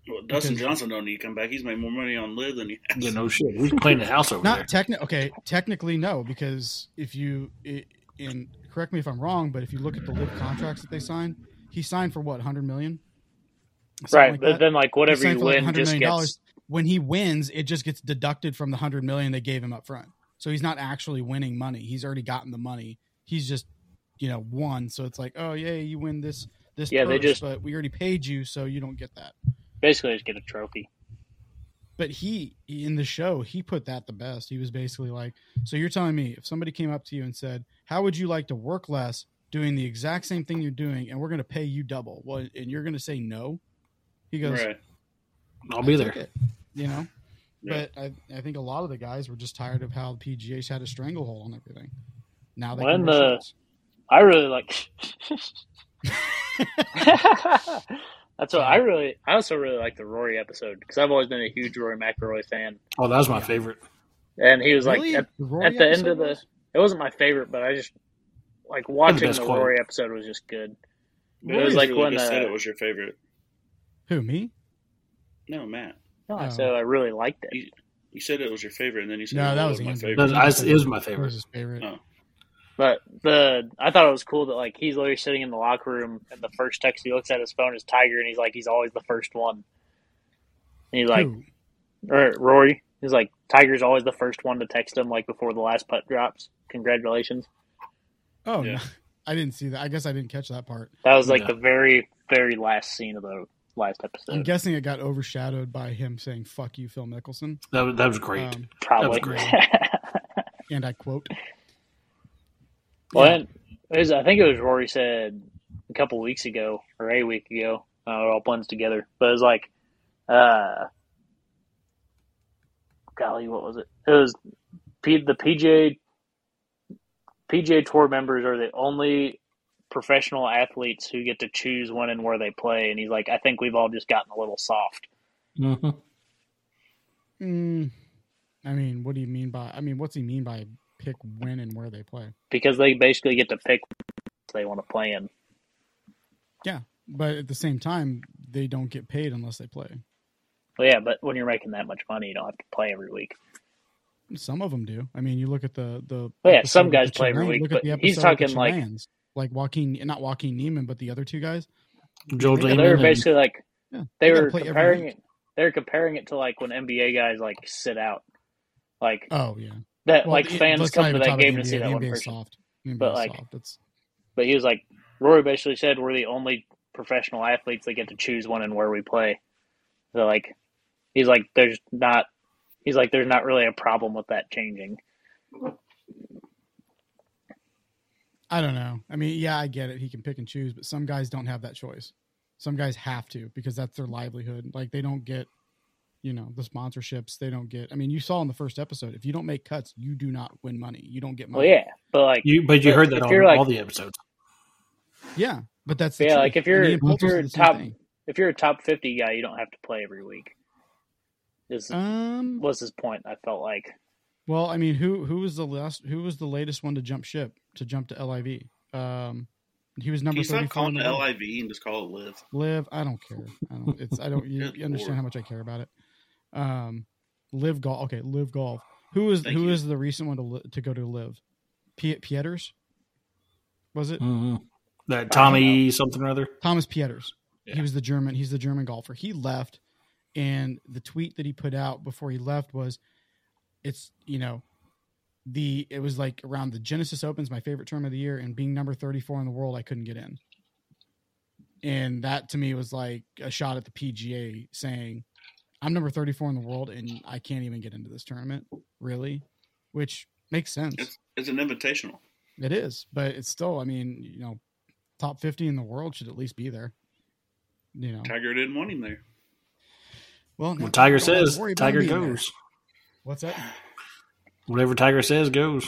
well, Dustin
Because-
Johnson don't need to come back. He's made more money on live than he has.
Yeah, no shit. He's cleaning the house over there.
Not technically, okay, technically no, because if you i and correct me if I'm wrong, but if you look at the live contracts that they signed, he signed for what 100 million, Something
right.
like
but
that.
then, like,
He
whatever
signed
you
for, like,
win
$100
just
million
gets.
When he wins, it just gets deducted from the 100 million they gave him up front. So he's not actually winning money. He's already gotten the money. He's just, you know, won. So it's like, oh yeah, you win this this
Yeah, they
purse,
just-
but we already paid you, so you don't get that.
Basically, just get a trophy.
But he in the show, he put that the best. He was basically like, so you're telling me if somebody came up to you and said, "How would you like to work less doing the exact same thing you're doing and we're going to pay you double?" Well, and you're going to say no. He goes,
Right.
I'll be
I
there.
took it, you know,
Yeah.
but I, I think a lot of the guys were just tired of how the PGA's had a stranglehold on everything. Now they can
When
wear
the-
shorts.
I really like. That's what I really. I also really like the Rory episode because I've always been a huge Rory McIlroy fan,
Oh, that was my favorite.
and he was
Really?
like, at,
Rory
at the end
episode
of the.
was?
It wasn't my favorite, but I just like watching
best
the
quote.
Rory episode was just good.
It
was
like
like
really
when,
just
uh,
said it was your favorite.
who me?
No, Matt.
No,
Oh.
so I really liked it.
You said it was your favorite, and then you said
No,
it
that was
was my
Andrew.
That
favorite.
was, I, it was my
It was
favorite.
his favorite.
Oh.
But the I thought it was cool that like he's literally sitting in the locker room and the first text he looks at his phone is Tiger and he's like he's always the first one. And he's like
Who?
or Rory he's like Tiger's always the first one to text him like before the last putt drops. Congratulations.
Oh,
Yeah.
no. I didn't see that. I guess I didn't catch that part.
That was like
Yeah.
the very very last scene of the last
I'm
episode.
guessing it got overshadowed by him saying "fuck you, Phil Mickelson,"
That was, that was great.
Um,
Probably.
that was
and I quote,
well,
Yeah.
and it was, I think it was Rory said a couple weeks ago or a week ago. Uh, it all blends together, but it was like, uh, golly, what was it? It was P- the PJ PJ Tour members are the only professional athletes who get to choose when and where they play. And he's like, I think we've all just gotten a little soft.
Mhm.
mm, "I mean, what do you mean by? I mean, what's he mean by pick when and where they play?"
because they basically get to pick what they want to play in.
But at the same time, they don't get paid unless they play.
Well, yeah, but when you're making that much money, you don't have to play every week.
Some of them do. I mean, you look at the the.
Well, Oh, yeah,
episode
some
with the
guys play every
Chilean-
week,
Look at the
but he's
episode with the
talking, like-
Chileans, like Joaquin, not Joaquin Neiman, but the other two guys.
Joel
Yeah,
And
Damon
they were
and-
basically like
Yeah,
they
they gotta
were
play every
comparing
week.
it. They were comparing it to like when NBA guys like sit out, like
Oh yeah,
that.
Well,
like
the-
fans
let's not
come to
even
that
talk about
game
the
to see
NBA.
that
The
one
NBA is
person.
soft. The NBA
But,
is
like-
soft. It's,
But he was like, Rory basically said, "We're the only professional athletes that get to choose when and where we play." So like, he's like, "There's not." He's like, "There's not really a problem with that changing."
I don't know. I mean, yeah, I get it. He can pick and choose, but some guys don't have that choice. Some guys have to because that's their livelihood. Like they don't get, you know, the sponsorships. They don't get. I mean, you saw in the first episode, if you don't make cuts, you do not win money. You don't get money.
Well, Oh, yeah, but like,
you, but you
But
heard that
if
on
you're like-
all the episodes.
Yeah, but that's the
Yeah,
truth.
like, if you're-
And Ian
if
Poulter's
you're
did the same
top-
thing.
if you're a top 50 guy, you don't have to play every week. Is
um,
was his point? I felt like
Well, I mean, who who was the last? Who was the latest one to jump ship to jump to LIV? Um, he was number
He's
thirty
not
four.
calling it LIV and just call it live.
Live, I don't care. I don't. It's I don't. You,
Good
you understand how much
lord.
I care about it. Um, live golf. Okay, live golf. Who is
Thank
who
you.
is the recent one to li- to go to live? Piet- Pieters, was it
Mhm. That Tommy something or other.
Thomas Pieters? He
Yeah.
was the German. He's the German golfer. He left, and the tweet that he put out before he left was, "It's you know, the it was like around the Genesis Opens, my favorite term of the year, and being number thirty four in the world, I couldn't get in." And that to me was like a shot at the PGA saying, "I'm number thirty four in the world, and I can't even get into this tournament, really," which makes sense.
It's, it's an invitational.
It is, but it's still. I mean, you know, top fifty in the world should at least be there. You know,
Tiger didn't want him there.
well, now
When Tiger
don't have to
says,
worry about
Tiger
being there.
goes.
What's that?
Whatever Tiger says goes.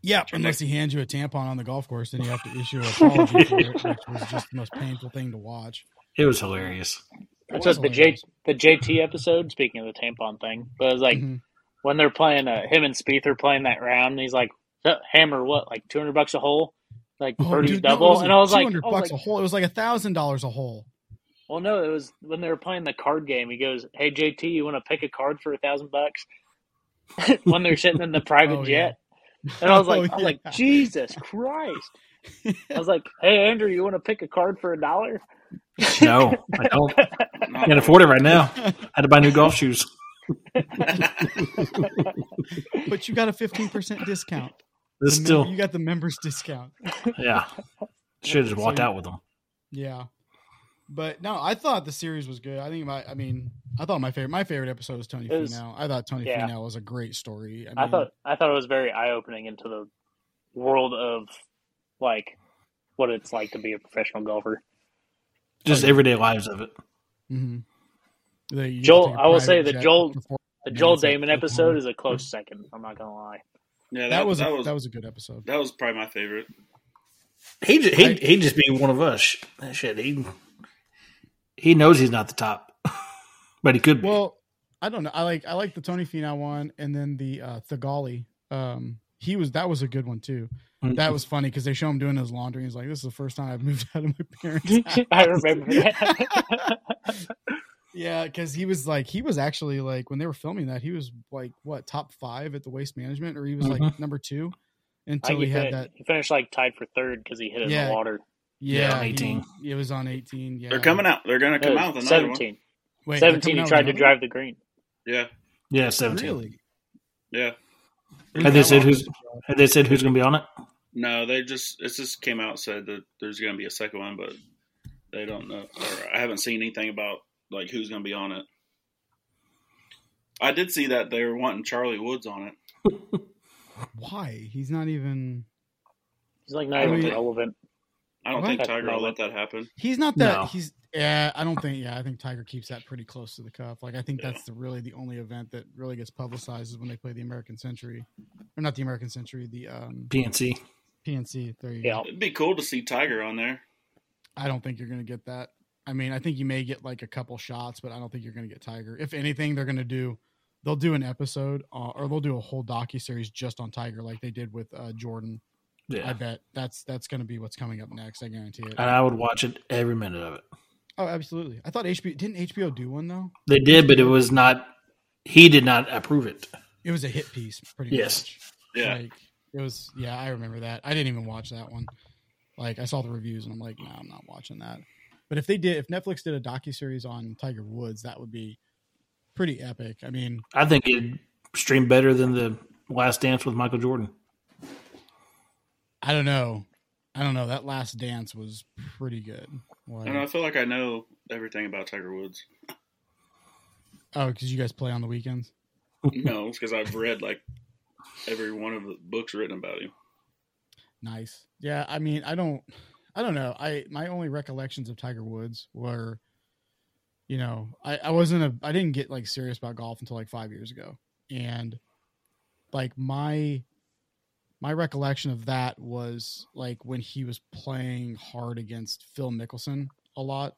Yeah, unless he hands you a tampon on the golf course, then you have to issue an apology for it, which was just the most painful thing to watch.
It was hilarious.
That's what the J the JT episode. Speaking of the tampon thing, but it's like
Mhm.
when they're playing uh, him and Spieth are playing that round, and he's like, "So, "Hammer what? Like two hundred bucks a hole, like
Oh,
birdie
dude, no, it
double."
wasn't
and I was like,
200
I was
bucks
like,
a hole. It was like a thousand dollars a hole.
"Well, no, it was when they were playing the card game." He goes, "Hey JT, you want to pick a card for a thousand bucks?" when they're sitting in the private
Oh, yeah.
jet, and I was like,
Oh,
"I was like,
yeah.
Jesus Christ!" I was like, "Hey Andrew, you want to pick a card for a dollar?"
No, I don't.
No,
Can't afford it right now. I had to buy new golf shoes.
but you got a fifteen percent discount.
This
The mem-
still,
you got the members discount.
yeah. Should have just walked
So you-
out with them.
Yeah. But no, I thought the series was good. I think my, I mean, I thought my favorite, my favorite episode was Tony
It was-
Finau. I thought Tony
yeah.
Finau was a great story. I, mean,
I thought I thought it was very eye opening into the world of like what it's like to be a professional golfer.
Just everyday lives of it.
mhm. That you
Joel-
have to take a
I will say
private
that
jet
Joel-
before-
The
Yeah,
Joel
it's like-
Damon episode is a close second. I'm not gonna lie.
yeah, that,
that was
that
a,
was
that was a good episode.
that was probably my favorite.
He just, he
I-
he just be one of us. Shit, he he knows he's not the top, but he could be.
Well, I don't know. I like I like the Tony Finau one, and then the uh, Thagali. Um, he was that was a good one too.
Mm-hmm.
That was funny because they show him doing his laundry. He's like, "This is the first time I've moved out of my parents' house."
I remember that.
Yeah, because he was like, he was actually like, when they were filming that, he was like, what, top five at the waste management, or he was
Mm-hmm.
like number two
I
until
think
he
he,
had
fin-
that.
he finished like tied for third because he hit it in
Yeah.
the water.
Yeah,
Yeah, on
he-
18.
It was on 18. Yeah.
They're coming out. They're gonna come
No,
out with another one.
Seventeen.
Wait, they're
Seventeen.
coming
He
out
tried to
with
drive the green.
Yeah,
yeah,
another one?
seventeen.
Really?
yeah.
Had they said who's had they said who's going to be on it?
No, they just it just came out and said that there's gonna be a second one, but they don't know. Or I haven't seen anything about like who's gonna be on it. I did see that they were wanting Charlie Woods on it.
Why? He's not even.
He's like not
I
even
mean-
relevant.
I don't
What?
think
That's
Tiger
not
will let
what-
that happen.
He's not that.
No.
He's. Yeah, I don't think. Yeah, I think Tiger keeps that pretty close to the cuff. Like, I think that's the really the only event that really gets publicized is when they play the American Century, or not the American Century, the um,
PNC.
PNC. There you go.
Yeah.
It'd be cool to see Tiger on there.
I don't think you're going to get that. I mean, I think you may get like a couple shots, but I don't think you're going to get Tiger. If anything, they're going to do they'll do an episode uh, or they'll do a whole docu series just on Tiger, like they did with uh, Jordan. I
Yeah, Uh,
bet that's that's going to be what's coming up next. I guarantee it.
and I would watch it every minute of it.
oh, absolutely. I thought HBO didn't HBO do one though.
They did, but it was not. He did not approve it.
It was a hit piece, pretty
Yes.
much.
Yeah,
Like, it was. Yeah, I remember that. I didn't even watch that one. Like I saw the reviews and I'm like, no, I'm not watching that. But if they did, if Netflix did a docu series on Tiger Woods, that would be pretty epic. I mean,
I think it streamed better than the Last Dance with Michael Jordan.
I don't know. I don't know. That last dance was pretty good. Like,
and I feel like I know everything about Tiger Woods.
oh, because you guys play on the weekends.
no, because I've read like every one of the books written about him.
Nice. Yeah. I mean, I don't. I don't know. I my only recollections of Tiger Woods were, you know, I I wasn't a I didn't get like serious about golf until like five years ago, and like my my recollection of that was like when he was playing hard against Phil Mickelson a lot,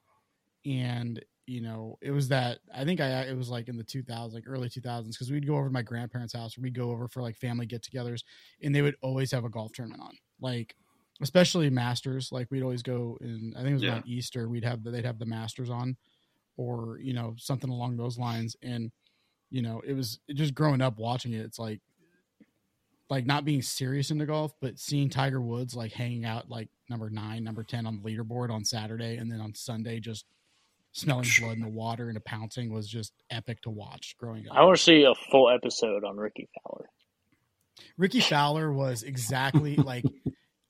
and you know it was that I think I it was like in the 2000s, like early 2000s, because we'd go over to my grandparents' house, we'd go over for like family get-togethers, and they would always have a golf tournament on, like especially Masters. Like we'd always go, and I think it was
Yeah.
around Easter, we'd have the, they'd have the Masters on, or you know something along those lines, and you know, it was it just growing up watching it. It's like, like not being serious into golf, but seeing Tiger Woods like hanging out like number nine, number ten on the leaderboard on Saturday, and then on Sunday just smelling blood in the water and a pouncing was just epic to watch growing up.
I want to see a full episode on Ricky Fowler.
Ricky Fowler was exactly like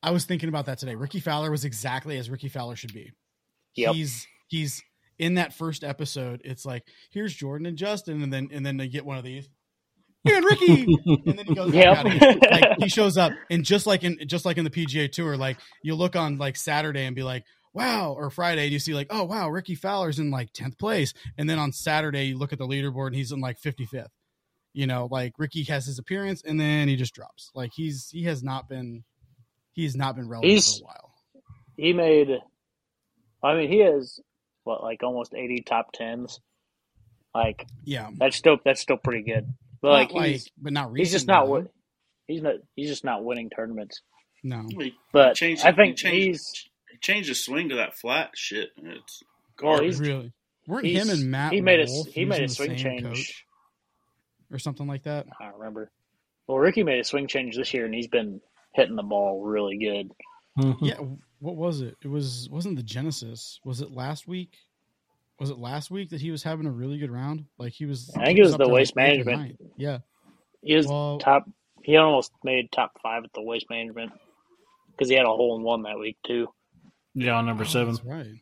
I was thinking about that today. Ricky Fowler was exactly as Ricky Fowler should be.
Yep.
He's he's in that first episode, it's like, here's Jordan and Justin, and then and then they get one of these. Here and Ricky, and then he goes.
Yep.
"Outta here." Like he shows up, and just like in just like in the PGA Tour, like you look on like Saturday and be like, wow, or Friday, and you see like, oh wow, Ricky Fowler's in like tenth place, and then on Saturday you look at the leaderboard and he's in like fifty fifth. You know, like Ricky has his appearance, and then he just drops. Like he's he has not been he's not been relevant
He's-
for a while.
He made, I mean, he has what like almost eighty top tens. Like
Yeah,
that's still that's still pretty good. But like,
Not like-
he's
but not recently.
he's just not
though.
what he's not he's just not winning tournaments.
No,
He
But
changed-
I think
he changed-
he's
he changed his swing to that flat shit. and It's
well,
garbage.
he's
really. Weren't
he's-
him and Matt?
he made a
Wolf
he made
using
a
the
swing
same
change.
coach or something like that.
I don't remember. Well, Ricky made a swing change this year, and he's been hitting the ball really good.
Hmm. Mm-hmm.
Yeah. What was it? It was wasn't the Genesis. Was it last week? Was it last week that he was having a really good round? Like he was.
I think
he
it was
up
the
there, like,
waste
eighth or
management.
ninth. Yeah.
He was
Well-
top. He almost made top five at the waste management because he had a hole in one that week too.
Yeah, on number
Oh,
seven.
That's right.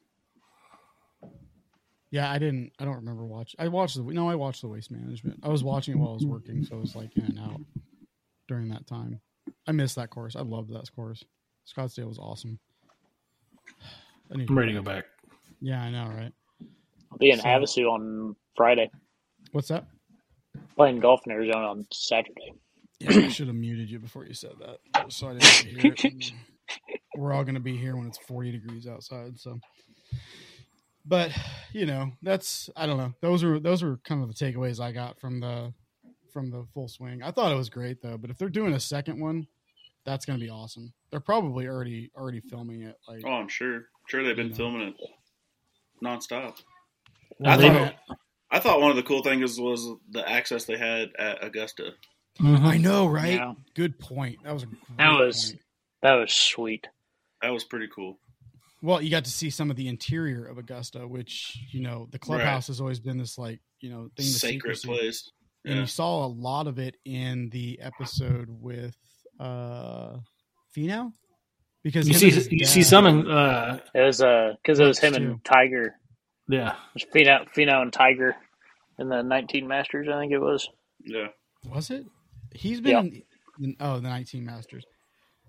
Yeah, I didn't. I don't remember watch. I watched the. No, I watched the waste management. I was watching it while I was working, so it was like in and out during that time. I missed that course. I loved that course. Scottsdale was awesome. I need-
I'm ready to go back.
Yeah, I know, right?
I'll be in
So-
Havasu on Friday
What's that?
playing golf in Arizona on Saturday.
Yeah, I should have muted you before you said that, so I didn't hear it. We're all going to be here when it's forty degrees outside. So, but you know, that's I don't know. Those were those were kind of the takeaways I got from the from the full swing. I thought it was great though. But if they're doing a second one, that's going to be awesome. They're probably already already filming it. Like
Oh, I'm sure. Sure, they've been
Yeah.
filming it nonstop.
I
I
thought-
thought, I thought one of the cool things was the access they had at Augusta.
I know, right?
Mm-hmm. Yeah.
Good point. That was a great
That was-
point.
That was sweet.
That was pretty cool.
Well, you got to see some of the interior of Augusta, which you know the clubhouse has always been this like you know thing to
Sacred
secrecy.
place.
and
Yeah.
you saw a lot of it in the episode with uh Fino because
You
him
see,
and his
you
dad-
see some in, uh,
It was uh because it was him
Too.
and Tiger,
yeah,
it was Fino, Fino and Tiger, in the 19 Masters. I think it was.
Yeah.
was it he's been
Yeah.
in, in- oh the 19 masters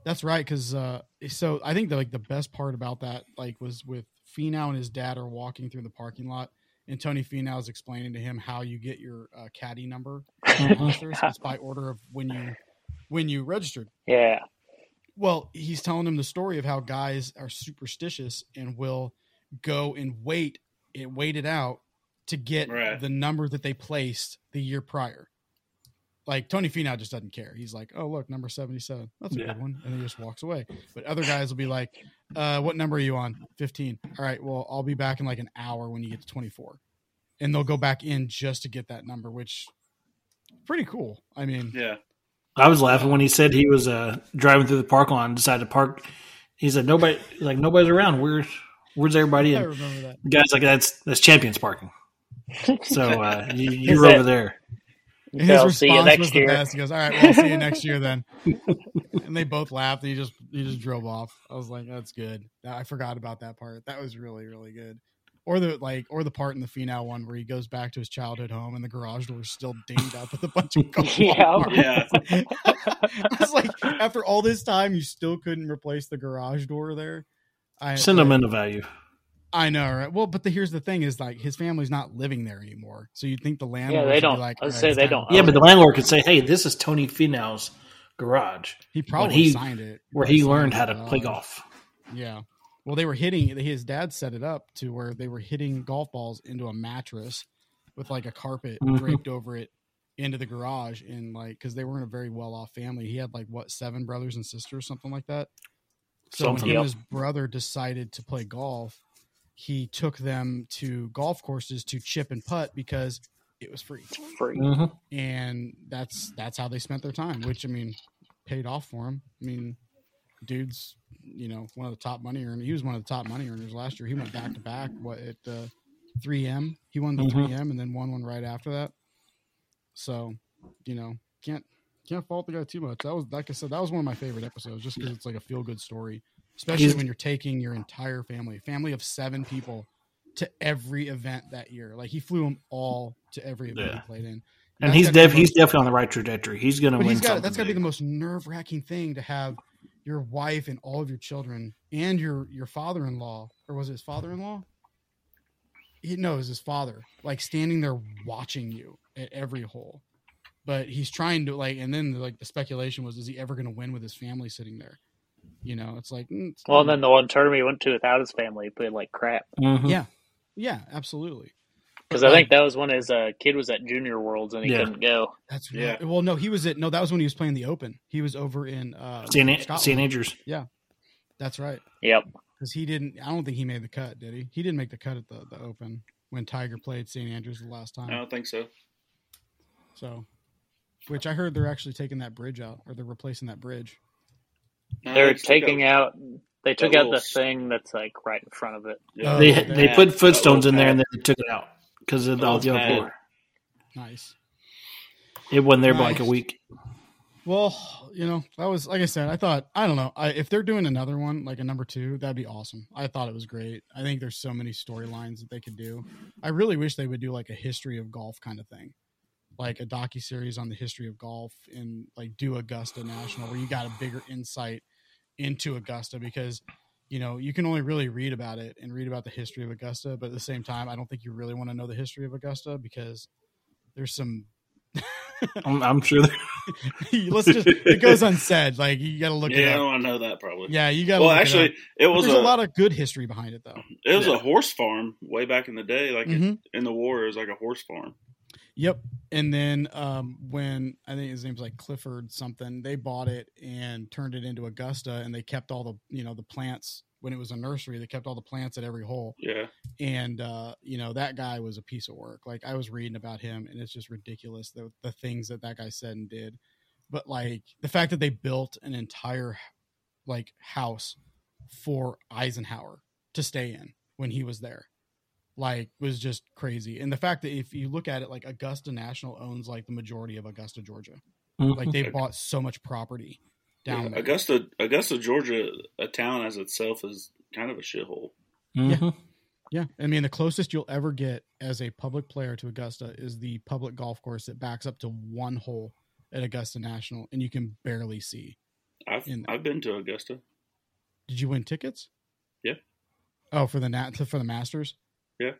that's right because uh so i think the, like the best part about that like was with Finau and his dad are walking through the parking lot and Tony Finau is explaining to him how you get your uh, caddy number at Masters. it's by order of when you when you registered
Yeah,
Well, he's telling him the story of how guys are superstitious and will go and wait and wait it out to get
Right.
the number that they placed the year prior. Like Tony Finau just doesn't care. He's like, "Oh, look, number seventy-seven. That's a
Yeah.
good one," and he just walks away. But other guys will be like, uh, "What number are you on? Fifteen. All right. Well, I'll be back in like an hour when you get to twenty-four, and they'll go back in just to get that number, which pretty cool. I mean,
Yeah.
I was laughing when he said he was uh, driving through the park lot and decided to park. He said nobody, like nobody's around. Where's where's everybody?
I
And
remember that.
the guys like that's that's champions parking. So uh, you, you're
that-
over there.
And his
I'll see you
response was
next
the
year.
best. He goes, "All right, well, I'll see you next year then." and they both laughed. And he just he just drove off. I was like, "That's good." I forgot about that part. That was really really good. Or the like, or the part in the Finau one where he goes back to his childhood home and the garage door is still dinged up with a bunch of golf ball
Yeah.
marks.
Yeah.
I was like, after all this time, you still couldn't replace the garage door there. I
Send them
I-
into value.
Oh. I know, right? Well, but the, here's the thing: is like his family's not living there anymore, so you'd think the landlord.
they
would be
don't-
Like,
I was
"All
gonna say
it's
they
time to
don't
Yeah, but the landlord could say, "Hey, this is Tony Finau's garage
He probably
he-
signed it
where he
signed
learned
it,
how to
uh,
play golf."
Yeah. Well, they were hitting. His dad set it up to where they were hitting golf balls into a mattress with like a carpet
Mhm.
draped over it into the garage, and like because they weren't a very well off family. He had like what seven brothers and sisters, something like that. So when
Something.
him and his brother decided to play golf, he took them to golf courses to chip and putt because It was free,
It's free.
Mm-hmm.
Mhm.
and that's that's how they spent their time. Which I mean, paid off for him. I mean, dude's you know one of the top money earners. He was one of the top money earners last year. He went back to back. What at uh, 3M? He won the
Mhm.
3M and then won one right after that. So, you know, can't can't fault the guy too much. That was like I said, that was one of my favorite episodes, just because it's like a feel good story, especially
He's-
when you're taking your entire family, a family of seven people, to every event that year. Like he flew them all to every event
Yeah.
he played in.
And
That's
he's
gotta be the
def- he's
most-
definitely on the right trajectory. He's going to
but
win
he's got that's
something
got to be
big.
the most nerve wracking thing to have your wife and all of your children and your your father in law or was it his father in law? He no, it was his father like standing there watching you at every hole. But he's trying to like, and then like the speculation was, is he ever going to win with his family sitting there? You know, it's like mm, it's
Well,
not-
then the one tournament he went to without his family he played like crap.
Mhm.
yeah, yeah, absolutely.
Because I think that was when his uh, kid was at Junior Worlds and he
Yeah.
couldn't go.
That's
Yeah.
right. Well, no, he was at no. That was when he was playing the Open. He was over in uh,
St. An-
Scotland.
St. Andrews.
That's right.
Yep.
because he didn't. I don't think he made the cut, did he? He didn't make the cut at the, the Open when Tiger played St Andrews the last time.
I don't think so.
So, which I heard they're actually taking that bridge out, or they're replacing that bridge.
No,
They're
they just took
taking
out-
out. They took out the
little-
thing that's like right in front of it.
Yeah.
Oh,
they
okay.
they put footstones in there and then they took it out because of all the
That was bad.
uproar.
Nice.
It wasn't there by like a
Nice.
week.
Well, you know that was like I said. I thought I don't know I, if they're doing another one like a number two, that'd be awesome. I thought it was great. I think there's so many storylines that they could do. I really wish they would do like a history of golf kind of thing, like a docu series on the history of golf and like do Augusta National where you got a bigger insight into Augusta because you know you can only really read about it and read about the history of Augusta, but at the same time, I don't think you really want to know the history of Augusta because there's some
I'm, I'm sure. There,
let's just it goes unsaid. Like you got to look
Yeah, I
it up.
don't know that probably.
Yeah, you got.
Well, actually, it was
there's a,
a,
lot of good history behind it, though.
it was
Yeah.
a horse farm way back in the day. Like
Mhm.
in the war, it was like a horse farm.
Yep. And then um, when I think his name's like Clifford something, they bought it and turned it into Augusta, and they kept all the you know the plants when it was a nursery. They kept all the plants at every hole,
Yeah,
and uh, you know that guy was a piece of work. Like I was reading about him, and it's just ridiculous the the things that that guy said and did. But like the fact that they built an entire like house for Eisenhower to stay in when he was there, like was just crazy. And the fact that if you look at it, like Augusta National owns like the majority of Augusta, Georgia. Like they bought so much property down
Yeah,
there.
Augusta, Augusta, Georgia, a town as itself is kind of a shithole.
Mhm.
Yeah, I mean the closest you'll ever get as a public player to Augusta is the public golf course that backs up to one hole at Augusta National, and you can barely see.
I've
In-
I've been to Augusta.
Did you win tickets?
Yeah.
Oh, for the nat for the Masters.
Yeah.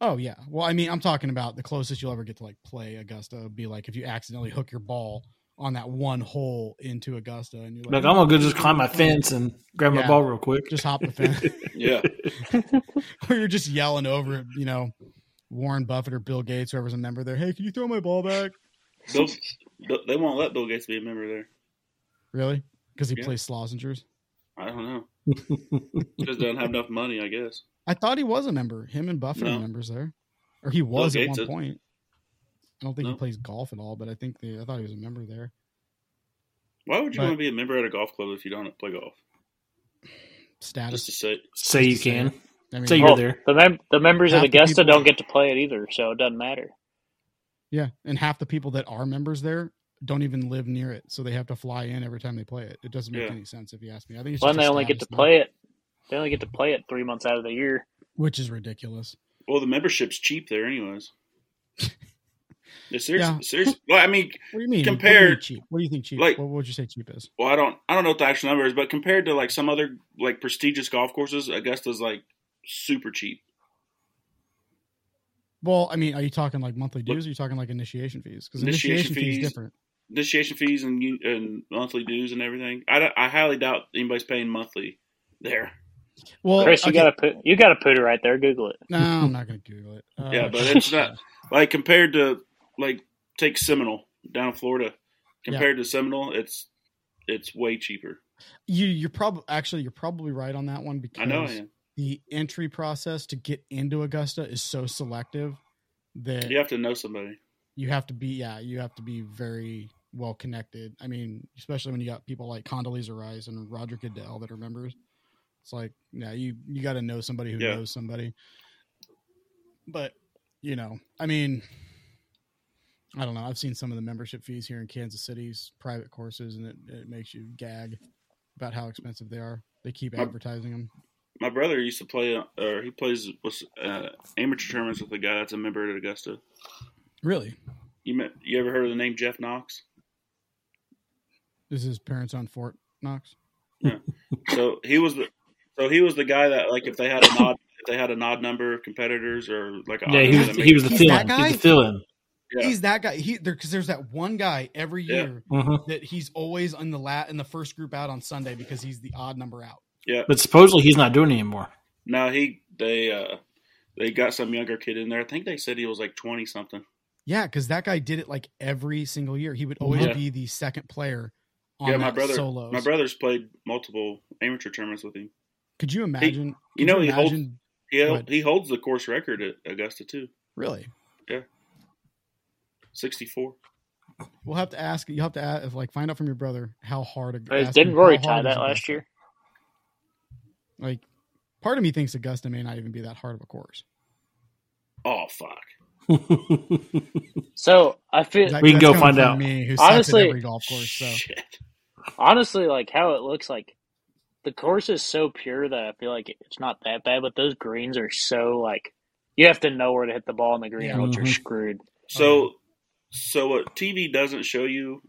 Oh yeah. Well, I mean, I'm talking about the closest you'll ever get to like play Augusta would be like if you accidentally hook your ball on that one hole into Augusta, and you're like,
Like I'm gonna go just climb my fence and grab my
Yeah.
ball real quick.
just hop the fence.
Yeah,
or you're just yelling over, you know, Warren Buffett or Bill Gates, whoever's a member there. Hey, can you throw my ball back?
Bill, Bill- they won't let Bill Gates be a member there.
Really? Because he
Yeah.
plays Slozengers.
I don't know. Just doesn't have enough money, I guess.
I thought he was a member. Him and Buffett are
No.
members there, or he was at
Gates
one
is-
point. I don't think he
No.
plays golf at all, but I think they, I thought he was a member there.
Why would you
But-
want to be a member at a golf club if you don't play golf? Just to
Status.
say,
Say you
Just say
can.
I mean,
So you're
Well,
there.
The mem- the members
Half
of
the
Augusta
people-
don't get to play it either, so it doesn't matter.
yeah, and half the people that are members there don't even live near it, so they have to fly in every time they play it. It doesn't make
Yeah.
any sense if you ask me. I think it's
Well,
just
and
a
they only get to
status thing,
play it. They only get to play it three months out of the year.
which is ridiculous.
well, the membership's cheap there, anyways. Yeah, seriously,
Yeah.
seriously. Well, I
What
mean,
do you mean? what do you mean
Compared-
cheap? What do you think cheap?
like-
what would you say cheap is?
well, I don't, I don't know what the actual number is, but compared to like some other like prestigious golf courses, Augusta's like super cheap.
Well, I mean, are you talking like monthly
Look-
dues? Or are you talking like initiation fees? Because initiation,
Initiation
fees
fees.
different.
Initiation fees and you- and monthly dues and everything. I, don't- I highly doubt anybody's paying monthly there.
Well,
Chris, you
okay,
gotta put you gotta put it right there. Google it.
no, I'm not going to Google it.
Oh,
Uh,
Yeah, but it's not like compared to like take Seminole down in Florida. Compared to Seminole, it's it's way cheaper.
You, you're probably actually you're probably right on that one because
I know I am.
the entry process to get into Augusta is so selective that
You have to know somebody.
you have to be yeah you have to be very well connected i mean especially when you got people like condoleezza rice and roger goodell that are members it's like yeah you you got to know somebody who
Yeah.
knows somebody but you know i mean i don't know i've seen some of the membership fees here in kansas city's private courses and it, it makes you gag about how expensive they are they keep
Yep.
advertising them
My brother used to play, uh, or he plays was, uh, amateur tournaments with a guy that's a member at Augusta.
really
You met, you ever heard of the name Jeff Knox?
this is parents on fort knox
So he was the, so he was the guy that like if they had an odd if they had an odd number of competitors or like an
Yeah,
odd
he
number
was
that
he was the
He's
fill
that
in. He's
guy?
the fill in.
Yeah.
he's that guy he there because there's that one guy every
Yeah.
year
hmm
that he's always in the lat in the first group out on Sunday because he's the odd number out.
yeah
But supposedly he's not doing it anymore.
no he they uh they got some younger kid in there I think they said he was like twenty something
Yeah, because that guy did it like every single year. He would always
Mm-hmm. Yeah.
be the second player on
yeah
that
my brother
solos.
my brother's played multiple amateur tournaments with him
Could you imagine?
you
could
know he holds-
imagine-
he
Right.
held, he holds the course record at Augusta too
really.
sixty four
We'll have to ask. You have to ask, like find out from your brother how hard.
Hey,
ask
Didn't
him
Rory
how
tie
hard
that
is
last
Augusta.
year?
Like, part of me thinks Augusta may not even be that hard of a course.
oh fuck
So I feel
That-
We can
that's
go
coming
find
from
out.
Me, who sucks
Honestly-
at every golf course. So Oh,
shit
honestly like how it looks like the course is so pure that I feel like it's not that bad, but those greens are so like you have to know where to hit the ball on the green
Yeah. Mm-hmm.
or else you're
Mhm.
screwed.
so so what TV doesn't show you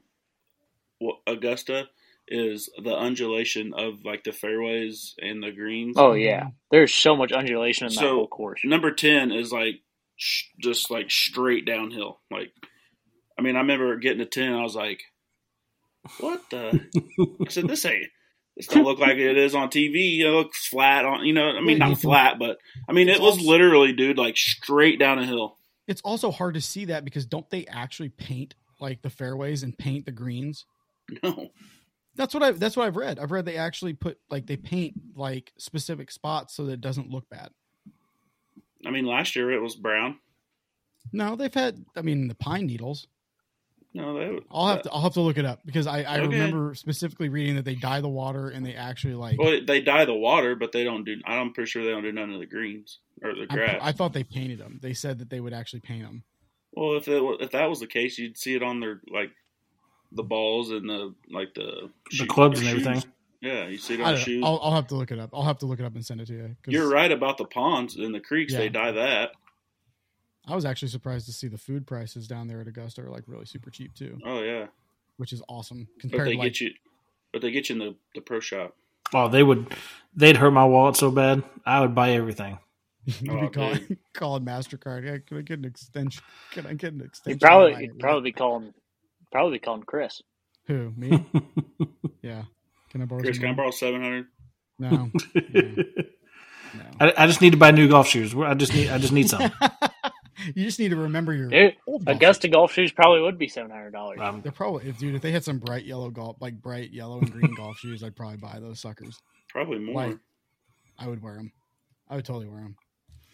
what Augusta is the undulation of like the fairways and the greens
Oh yeah. There's so much undulation in that
So-
whole course.
number 10 is like sh- just like straight downhill like i mean i remember getting to 10 i was like what the i said this ain't this don't look like it is on tv it looks flat on you know i mean not flat but i mean it was literally dude like straight down a hill
it's also hard to see that because don't they actually paint like the fairways and paint the greens?
no
That's what I. That's what I've read. I've read they actually put like they paint like specific spots so that it doesn't look bad.
i mean last year it was brown
No, they've had. I mean, the pine needles.
no that
I'll have to. I'll have to look it up because I, I
Okay.
remember specifically reading that they dye the water and they actually like.
well they dye the water but they don't do i'm pretty sure they don't do none of the greens or the
I'm-
grass
I thought they painted them. They said that they would actually paint them.
Well, if that wa- if that was the case, you'd see it on their like the balls and the like the
The
shoe-
clubs and
their shoes.
everything.
Yeah, you see it
I
on the
don't
shoes.
know. I'll, I'll have to look it up. I'll have to look it up and send it to you. 'cause
You're right about the ponds and the creeks.
Yeah.
They dye that.
I was actually surprised to see the food prices down there at Augusta are like really super cheap too,
Oh yeah,
which is awesome
but
compared
they
to like
get you. But they get you in the, the pro shop.
Oh, they would they'd hurt my wallet so bad. I would buy everything.
You'd
Oh,
be calling, calling Mastercard. Hey, can I get an extension? Can I get an
You'd
extension?
probably
on my-
you'd probably be calling probably be calling Chris.
who
Hmm.
me? yeah. Can I borrow?
Chris,
Some
can I
money?
borrow seven hundred?
No, no.
I, I just need to buy new golf shoes. I just need I just need some.
you just need to remember your
Dude,
old golf
Augusta golf shoes probably would be seven hundred dollars.
shoes.
Um,
They're probably if, dude. If they had some bright yellow golf, like bright yellow and green golf shoes, I'd probably buy those suckers.
Probably more.
Like- I would wear them. I would totally wear them.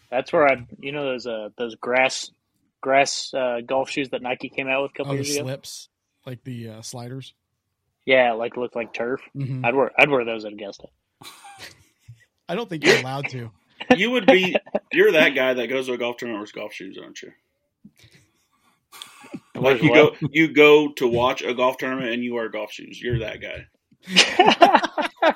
That's where I you know those uh those grass grass uh, golf shoes that Nike came out with a couple
Oh, the
years ago.
slips, like the uh, sliders.
Yeah, like looked like turf.
Mhm.
I'd wear I'd wear those at Augusta.
I don't think you're allowed to.
you would be. You're that guy that goes to a golf tournament with golf shoes, aren't you?
Where's
You
what?
go. You go to watch a golf tournament and you wear golf shoes. You're that guy.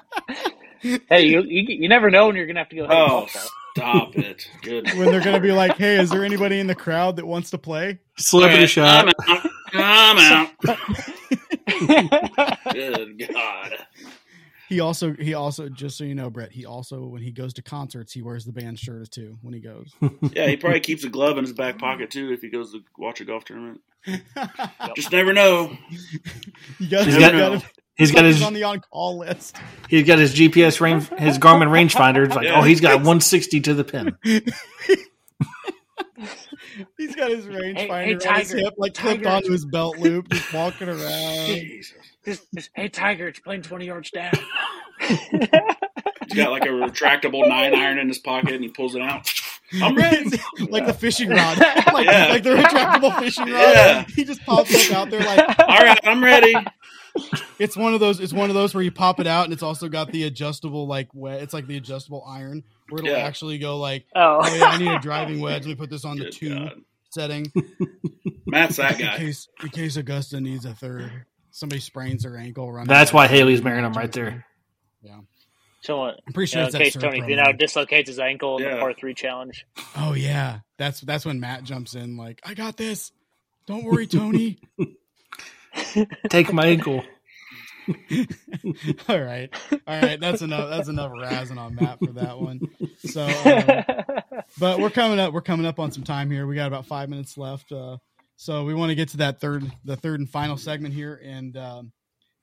hey, you, you you never know when you're gonna have to go. hit a
Oh,
golf ball.
stop it! Good.
When they're gonna be like, "Hey, is there anybody in the crowd that wants to play?"
celebrity shot.
I'm out. I'm out. Good God.
He also he also just so you know, Brett. He also when he goes to concerts, he wears the band shirt too. When he goes,
Hmm.
Yeah, he probably keeps a glove in his back pocket too if he goes to watch a golf tournament.
you
Just never know.
got
He's
you
got-
gotta-
He's got his
on the on call list.
he's got his GPS range his Garmin rangefinder. It's like oh he's got 160 to the pin.
He's got his rangefinder
hey,
on his
Tiger,
hip, like clipped
Tiger.
onto his belt loop, just walking around.
Jesus.
Just- just, hey, Tiger, it's playing twenty yards down.
He's got like a retractable nine iron in his pocket and he pulls it out. I'm ready.
like the fishing rod, like,
Yeah.
like the retractable fishing rod.
Yeah.
He just pops up out there like
All right, I'm ready.
it's one of those. It's one of those where you pop it out, and it's also got the adjustable like wet. It's like the adjustable iron where it'll
Yeah.
actually go like, oh yeah,
Oh,
I need a driving wedge. Let me put this on the
Good
two
God.
setting
Matt's that
in
guy.
case in case Augusta needs a third. Somebody sprains their ankle. Running
That's why Haley's marrying him right there.
someone.
I'm pretty
You
sure
know, uh, in
it's
case
that surf
Tony
run.
Finau dislocates his ankle in
Yeah.
the par three challenge.
Oh yeah, that's that's when Matt jumps in like, I got this. Don't worry, Tony.
Take my ankle.
all right, all right. That's enough. That's enough razzing on Matt for that one. So, um, but we're coming up. We're coming up on some time here. We got about five minutes left. Uh, so we want to get to that third, the third and final segment here, and um,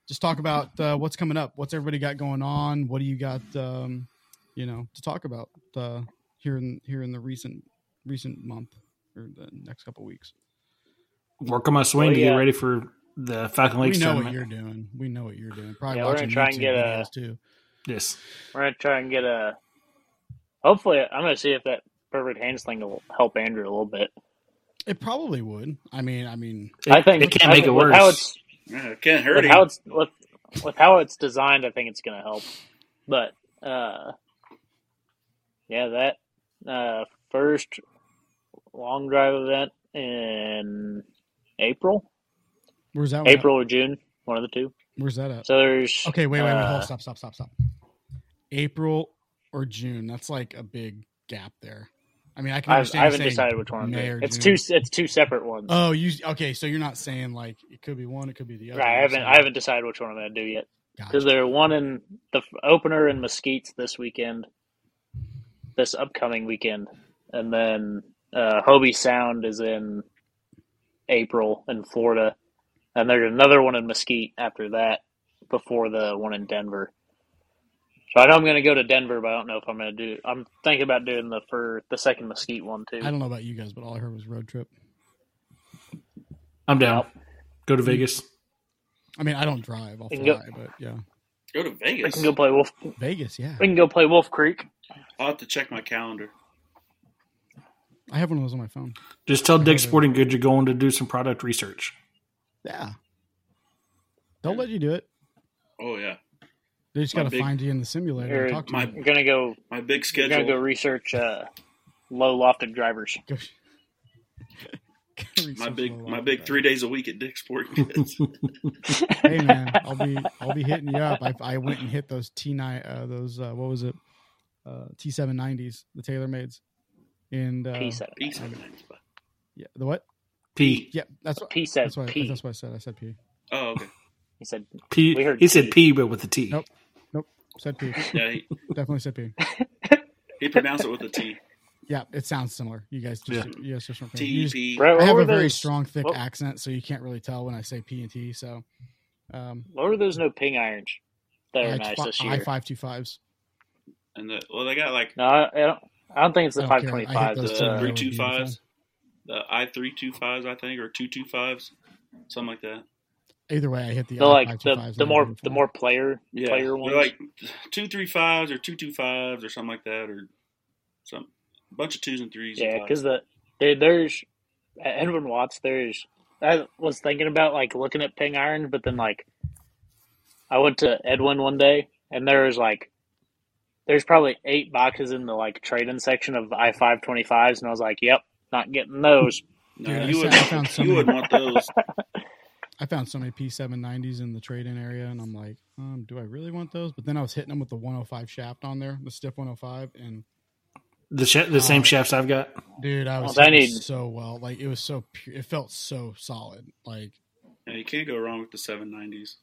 just talk about uh, what's coming up. What's everybody got going on? What do you got? Um, you know, to talk about uh, here in here in the recent recent month or the next couple weeks.
Work on my swing
Well,
to get
yeah.
ready for the Falcon
we
Lakes
know what
tournament.
you're doing. We know what you're doing. Probably
Yeah, we're
watching
gonna try and
YouTube
get a-
videos, too.
Yes.
We're gonna try and get a. Hopefully, I'm gonna see if that perfect hand sling will help Andrew a little bit.
It probably would. I mean, I mean,
It,
I think
it can't
I
make it
think with How
worse.
it's
Yeah, can't hurt
with how
him.
it's with, with how it's designed, I think it's gonna help. But uh, yeah, that uh, first long drive event in April,
where's that? one at?
April or June, one of the two.
Where's that at?
So there's
Okay, wait, wait, wait. Hold,
uh,
stop, stop, stop, stop. April or June? That's like a big gap there. I mean, I can
I've,
understand.
I haven't
saying,
decided which one. I'm
May
doing.
or
It's two.
June.
It's two separate ones.
Oh, you okay? So you're not saying like it could be one, it could be the other.
right. I
You're
haven't.
saying-
I haven't decided which one I'm going to do yet because
Gotcha.
there are one in the f- opener in Mesquite this weekend, this upcoming weekend, and then uh, Hobie Sound is in April in Florida, and there's another one in Mesquite after that before the one in Denver. So I know I'm going to go to Denver, but I don't know if I'm going to do. I'm thinking about doing the for the second Mesquite one too.
I don't know about you guys, but all I heard was road trip.
I'm down.
Yep.
Go
Mm.
to Vegas.
I mean, I don't drive. I'll
You
fly,
can go-
but yeah,
Go to
We
Vegas.
can go play Wolf.
Vegas. Yeah,
We can go play Wolf Creek.
I'll have to check my calendar.
I have one of those on my phone.
Just tell
Mm.
Dick Sporting Good you're going to do some product research.
Yeah, they'll let you do it.
Oh yeah,
They just
My
got to
big-
find you in the simulator.
Or
And talk to
my-
you.
We're gonna go.
my big
We're gonna go
schedule.
research uh, low lofted drivers.
Go-
My
Research
big
a little
my
bit
big
about
three days a week at Dick's Sporting Goods.
it. Hey man, I'll be I'll be hitting you up. I, I went and hit those T nine uh, those uh, what was it uh, T seven nineties the TaylorMades and uh,
P seven.
Peace out, man.
yeah the what
P.
yeah that's what
P said
that's what I,
P.
that's what I said I said P
Oh okay.
He said
P.
We heard
he said
P.
P, but with a T.
Nope. said P
Yeah, he,
definitely said P
he pronounced it with a T.
yeah it sounds similar you guys just you guys just,
T
you
E
just
P.
Brett,
I
what
have
were
a very
those-
strong thick
what-
accent so you can't really tell when I say P and T so um
What were those no ping irons that are nice this
I
year?
five two fives
And the, well, they got like
No, I I don't. I don't think it's the
I don't
five
care. I
twenty
hit
five.
those
the
too.
Uh,
three two fives, the I three two fives, I think, or two two fives, something like that.
either way I hit the
the
I
like the,
525s,
the
I'm
more
going for
the
it.
more player
Yeah,
player ones.
they're like two three fives or two two fives or something like that, or some bunch of twos and threes. and
yeah,
fives.
because the dude, there's at Edwin Watts. There's I was thinking about like looking at ping irons, but then like I went to Edwin one day and there was like there's probably eight boxes in the like trade in section of I five twenty fives, and I was like, yep, not getting those.
no,
Dude, I
you
sa-
would
I found so
you would
many-
want those.
I found so many P790s in the trade-in area, and I'm like, um, do I really want those? But then I was hitting them with the 105 shaft on there, the stiff 105, and
The sh- the
Uh,
same shafts I've got.
dude, I was
Well, they
hitting
need-
so well. Like it was so, pure. it felt so solid. Like
Yeah, you can't go wrong with the seven nineties.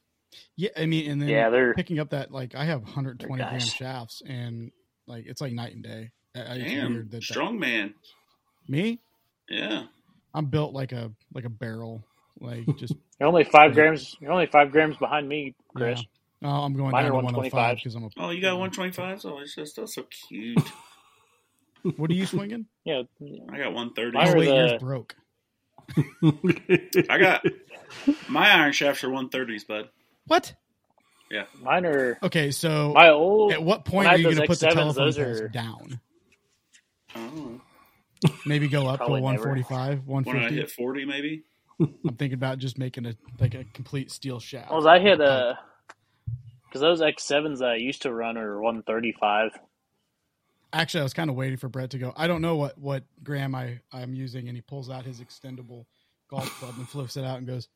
yeah, I mean, and then
Yeah, Oh, they're
picking up that like I have 120
They're
gram
nice.
shafts, and like it's like night and day. I, I- it's
Damn,
weird that, that-
strong man.
me,
Yeah,
I'm built like a like a barrel. Like just
you're only five grams. You're only five grams behind me, Chris.
yeah. Oh, I'm going
Mine
down
are
to 105
125s.
because I'm a.
Oh, you got 125s? Oh, it's just, that's so cute.
What are you swinging?
Yeah,
I got
Oh,
Mine are
130s.
wait, yours
the-
broke.
I got my iron shafts are 130s, bud.
What?
mine are
Okay, so
my old.
At what point
when I
are
had
you going to
those
put the
X7s,
telephone
those
poles
are-
down?
Oh,
Maybe go up to
Probably never.
145,
When I
150.
hit 40, maybe?
I'm thinking about just making a like a complete steel shaft.
Well, I hit a because those X sevens that I used to run are one thirty five.
Actually, I was kind of waiting for Brett to go. I don't know what what gram I I'm using, and he pulls out his extendable golf club and flips it out and goes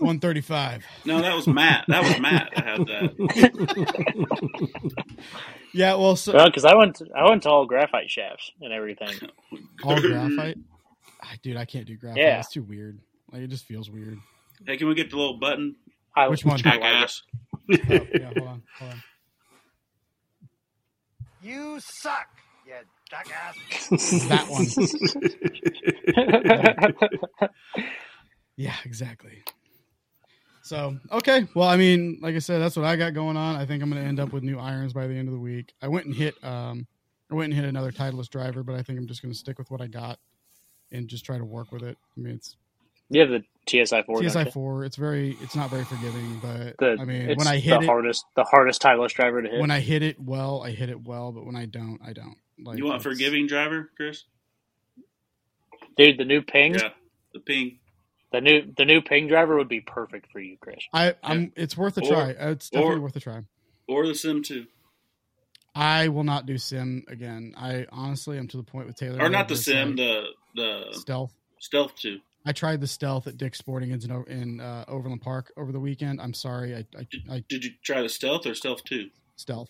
135.
No, that was Matt. That was Matt that had that.
Yeah, well, so
Well, because I went I went to all graphite shafts and everything.
all graphite. I, dude, I can't do graphite.
Yeah.
It's too weird. Like it just feels weird.
Hey, can we get the little button?
I,
Which one?
I like it.
Jackass.
Oh, yeah, hold on, hold on.
You suck, you jackass.
That one. Yeah, exactly. So, okay. Well, I mean, like I said, that's what I got going on. I think I'm going to end up with new irons by the end of the week. I went and hit um I went and hit another Titleist driver, but I think I'm just going to stick with what I got and just try to work with it. I mean, it's
you have the TSI four. don't you?
TSI4. It's very it's not very forgiving, but
The,
I mean,
it's
when I
the
hit it
hardest the hardest Titleist driver to hit.
when I hit it well, I hit it well, but when I don't, I don't. Like
You want
it's-
forgiving driver, Chris?
Dude, the new ping,
Yeah. The ping.
the new the new ping driver would be perfect for you, Chris.
I I'm it's worth a
Or-
try. Uh, It's definitely
or-
worth a try.
Or the Sim 2.
I will not do sim again. I honestly am to the point with Taylor.
Or not the
It's
Sim,
like-
the the
stealth.
Stealth 2.
I tried the stealth at Dick's Sporting Goods in, O- in uh, Overland Park over the weekend. I'm sorry, I, I, I
Did you try the Stealth or Stealth 2?
stealth.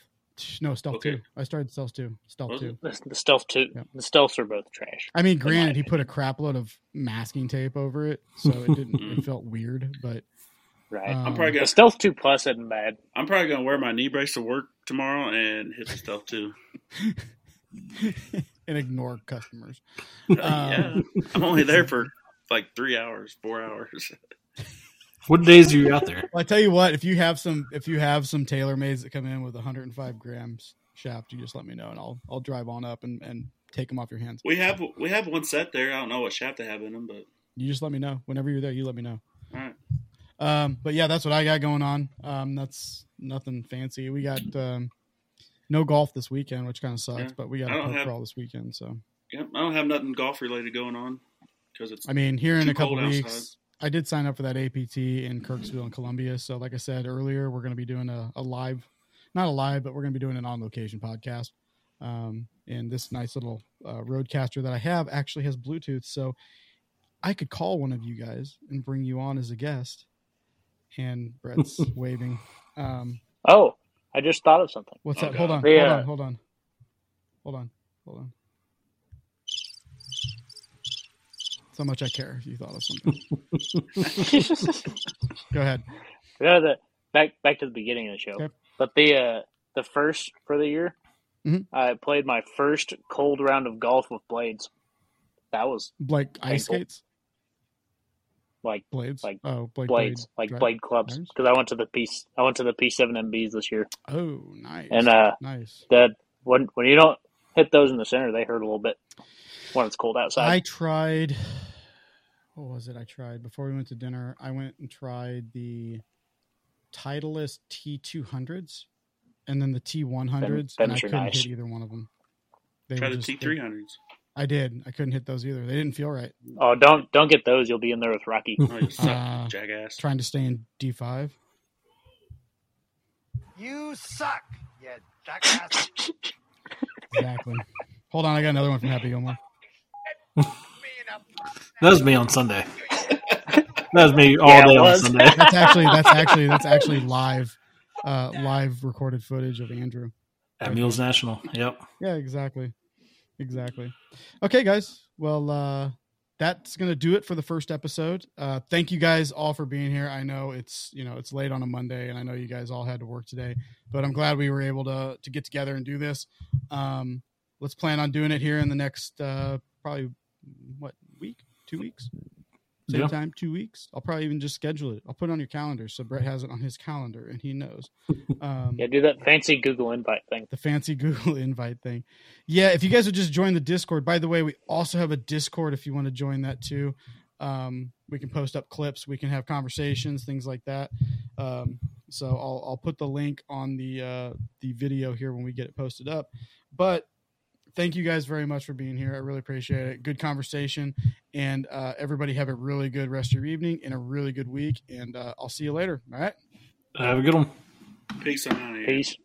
No, stealth
Okay.
two. I started stealth two. Stealth
Was it?
two.
The, the stealth two,
Yeah.
the stealths are both trash.
I mean, granted, he
opinion.
put a crap load of masking tape over it, so it didn't. it felt weird, but
Right.
um,
Mm. I'm probably
the
gonna
stealth two plus isn't bad.
I'm probably gonna wear my knee brace to work tomorrow and hit the Stealth 2.
and ignore customers.
Uh,
Um,
yeah. I'm only there for like three hours, four hours.
what days are you out there?
Well, I tell you what, if you have some, if you have some tailor mades that come in with 105 grams shaft, you just let me know, and I'll I'll drive on up and and take them off your hands.
We have we have one set there. I don't know what shaft they have in them, but
You just let me know whenever you're there. You let me know.
all right.
Um, but yeah, that's what I got going on. Um, that's nothing fancy. We got um, no golf this weekend, which kind of sucks.
Yeah.
But we got
I
a
don't
pub
have-
crawl this weekend, so
Yep, I don't have nothing golf related going on because it's
I mean, here in
Too
a couple
cold
weeks,
outside.
I did sign up for that APT in Kirksville in Columbia. So, like I said earlier, we're going to be doing a, a live, not a live, but we're going to be doing an on location podcast. Um, and this nice little uh, roadcaster that I have actually has Bluetooth, so I could call one of you guys and bring you on as a guest. And Brett's waving. Um,
Oh, I just thought of something.
What's
Oh,
that? Hold
God.
on,
Yeah.
hold on, hold on, hold on, hold on. So much I care. If you thought of something. Go ahead.
Yeah, the back back to the beginning of the show.
Yep.
But the uh, the first for the year,
Mhm.
I played my first cold round of golf with blades. That was
Like ice
Ankle.
skates,
like
blades.
Like
oh, blade,
blades, like
dri-
blade clubs.
drivers?
Because I went to the P I went to the P seven MBs this year,
Oh, nice.
and uh,
nice.
that when when you don't hit those in the center, they hurt a little bit when it's cold outside.
I tried. What was it? I tried before we went to dinner. I went and tried the Titleist T200s, and then the T100s,
Them-
and I
them's are
couldn't
nice.
hit either one of them. They
try
were
the
just-
T three hundreds.
I did. I couldn't hit those either. They didn't feel right.
oh, don't don't get those. You'll be in there with Rocky.
Oh, you suck,
Uh,
jackass.
Trying to stay in D five.
You suck, you jackass.
Exactly. Hold on, I got another one from Happy Gilmore.
That was me on Sunday. That was me all
Yeah, it
day on
was.
Sunday.
That's actually that's actually that's actually live, uh, live recorded footage of Andrew.
At Mules National. Yep.
Yeah, exactly, exactly. Okay, guys. Well, uh, that's gonna do it for the first episode. Uh, thank you guys all for being here. I know it's you know it's late on a Monday, and I know you guys all had to work today, but I'm glad we were able to to get together and do this. Um, let's plan on doing it here in the next uh, probably what week, two weeks, same
Yeah.
time, two weeks. I'll probably even just schedule it. I'll put it on your calendar so Brett has it on his calendar and he knows. Um,
Yeah, do that fancy Google invite thing.
the fancy Google invite thing. Yeah, if you guys would just join the Discord. By the way, we also have a Discord if you want to join that too. Um, we can post up clips, we can have conversations, things like that. Um, so I'll I'll put the link on the uh, the video here when we get it posted up. But thank you guys very much for being here. I really appreciate it. Good conversation. And uh, everybody have a really good rest of your evening and a really good week. And uh, I'll see you later. All right.
Have a good one.
Peace on out of here.
Peace.